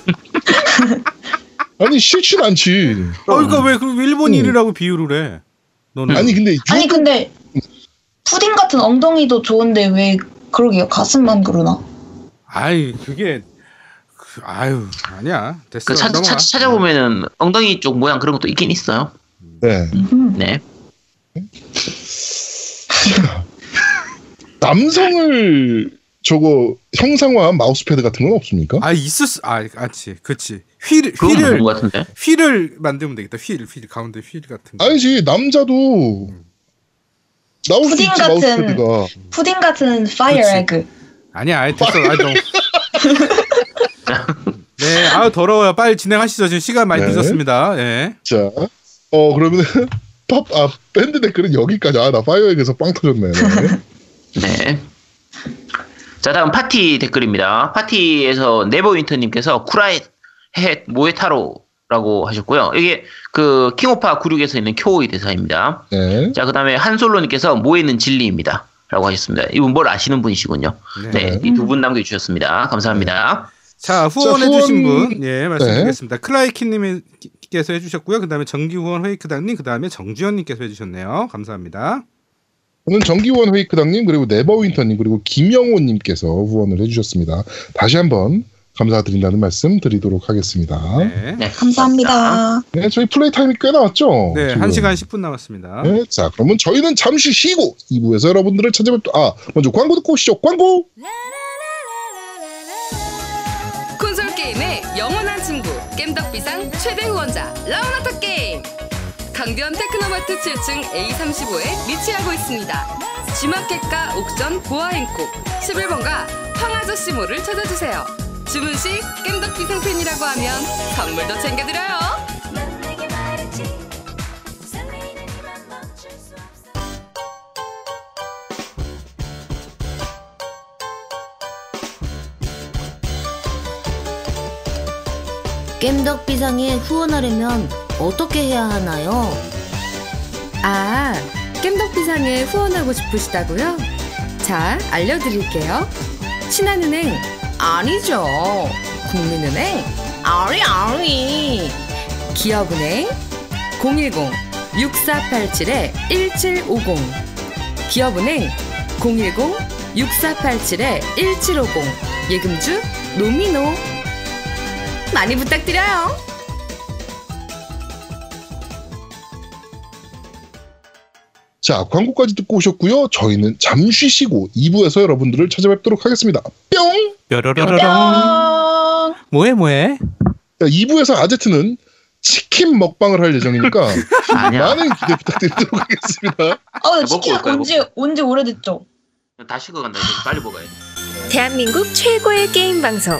A: 아니 싫진 않지.
B: 어, 그러니까 왜 그럼 일본인이라고 비유를 해? 너는
A: 음. 아니 근데 유-
C: 아니 근데
D: 음.
C: 푸딩 같은 엉덩이도 좋은데 왜 그러게요 가슴만 그러나?
B: 아이, 그게 그, 아유, 아니야. 됐어.
D: 그 찾,
B: 넘어가.
D: 찾, 찾아보면은 엉덩이 쪽 모양 그런 것도 있긴 있어요.
A: 네.
C: 음.
D: 네.
A: 남성을 저거 형상화한 마우스패드 같은 건 없습니까?
B: 아, 있을 수 아, 그렇지. 그렇지. 휠
D: 그건
B: 휠을
D: 없는 것 같은데.
B: 휠을 만들면 되겠다. 휠, 휠 가운데 휠 같은 거.
A: 아니지 남자도 나올 수
C: 푸딩
A: 있지
C: 같은-
A: 마우스패드가.
C: 푸딩 같은 파이어
B: 그치.
C: 에그.
B: 아니야, 아이, 됐어. 아이, 너무. 네, 아유 더러워요. 빨리 진행하시죠. 지금 시간 많이
A: 네.
B: 늦었습니다. 예.
A: 자, 어 그러면 팝, 아 밴드 댓글은 여기까지. 아 나 파이어에게서 빵 터졌네. 네.
D: 네. 자, 다음 파티 댓글입니다. 파티에서 네버윈터님께서 쿠라이 헷 모에타로라고 하셨고요. 이게 그 킹오파 96에서 있는 쿄오이 대사입니다.
A: 네.
D: 자, 그 다음에 한솔로님께서 모에는 진리입니다. 라고 하셨습니다. 이분 뭘 아시는 분이시군요. 네, 이 두 분 남겨주셨습니다. 감사합니다.
B: 자
A: 자,
B: 후원해주신
A: 후원- 네.
B: 분, 예 말씀드리겠습니다. 클라이키님께서 해주셨고요. 그다음에 정기 후원 회이크당님, 그다음에 정주현님께서 해주셨네요. 감사합니다.
A: 저는 정기원 회이크당님 그리고 네버윈터님 그리고 김영호님께서 후원을 해주셨습니다. 다시 한번 감사드린다는 말씀 드리도록 하겠습니다. 네,
B: 네,
D: 네,
C: 감사합니다.
A: 저희 플레이 타임이 꽤 나왔죠.
B: 네,
A: 어, 지금?
B: 한 시간 10분 남았습니다.
A: 네, 자 그러면 저희는 잠시 쉬고 2부에서 여러분들을 찾아뵙도. 아 먼저 광고 듣고 오시죠. 광고.
E: 콘솔 게임의 영원한 친구 겜덕비상 최대 후원자 라운하터 게임 강변 테크노마트 7층 A35에 위치하고 있습니다 G마켓과 옥션 보아행콕 11번가 황아저씨몰을 찾아주세요 주문 시 겜덕비상 팬이라고 하면 선물도 챙겨드려요
F: 넌 내게 말했지 설레이는 이만 멈출 수 없어
G: 겜덕 비상에 후원하려면 어떻게 해야 하나요?
E: 아, 깸덕비상에 후원하고 싶으시다고요? 자, 알려드릴게요. 신한은행 아니죠. 국민은행 아리 아리. 기업은행 010 6487에 1750. 기업은행 010 6487에 1750. 예금주 노미노. 많이 부탁드려요.
A: 자, 광고까지 듣고 오셨고요. 저희는 잠시 쉬고 2부에서 여러분들을 찾아뵙도록 하겠습니다. 뿅!
B: 뾰로로로롱.
D: 아,
C: 뿅.
B: 뭐해 뭐해?
A: 자, 2부에서 아제트는 치킨 먹방을 할 예정이니까
D: 아니야.
A: 많은 기대 부탁드리도록 하겠습니다.
C: 어
D: 먹고
C: 치킨
D: 올까요,
C: 언제 언제 오래됐죠?
D: 다 식어간다. 지금 빨리 먹어야 돼.
H: 대한민국 최고의 게임 방송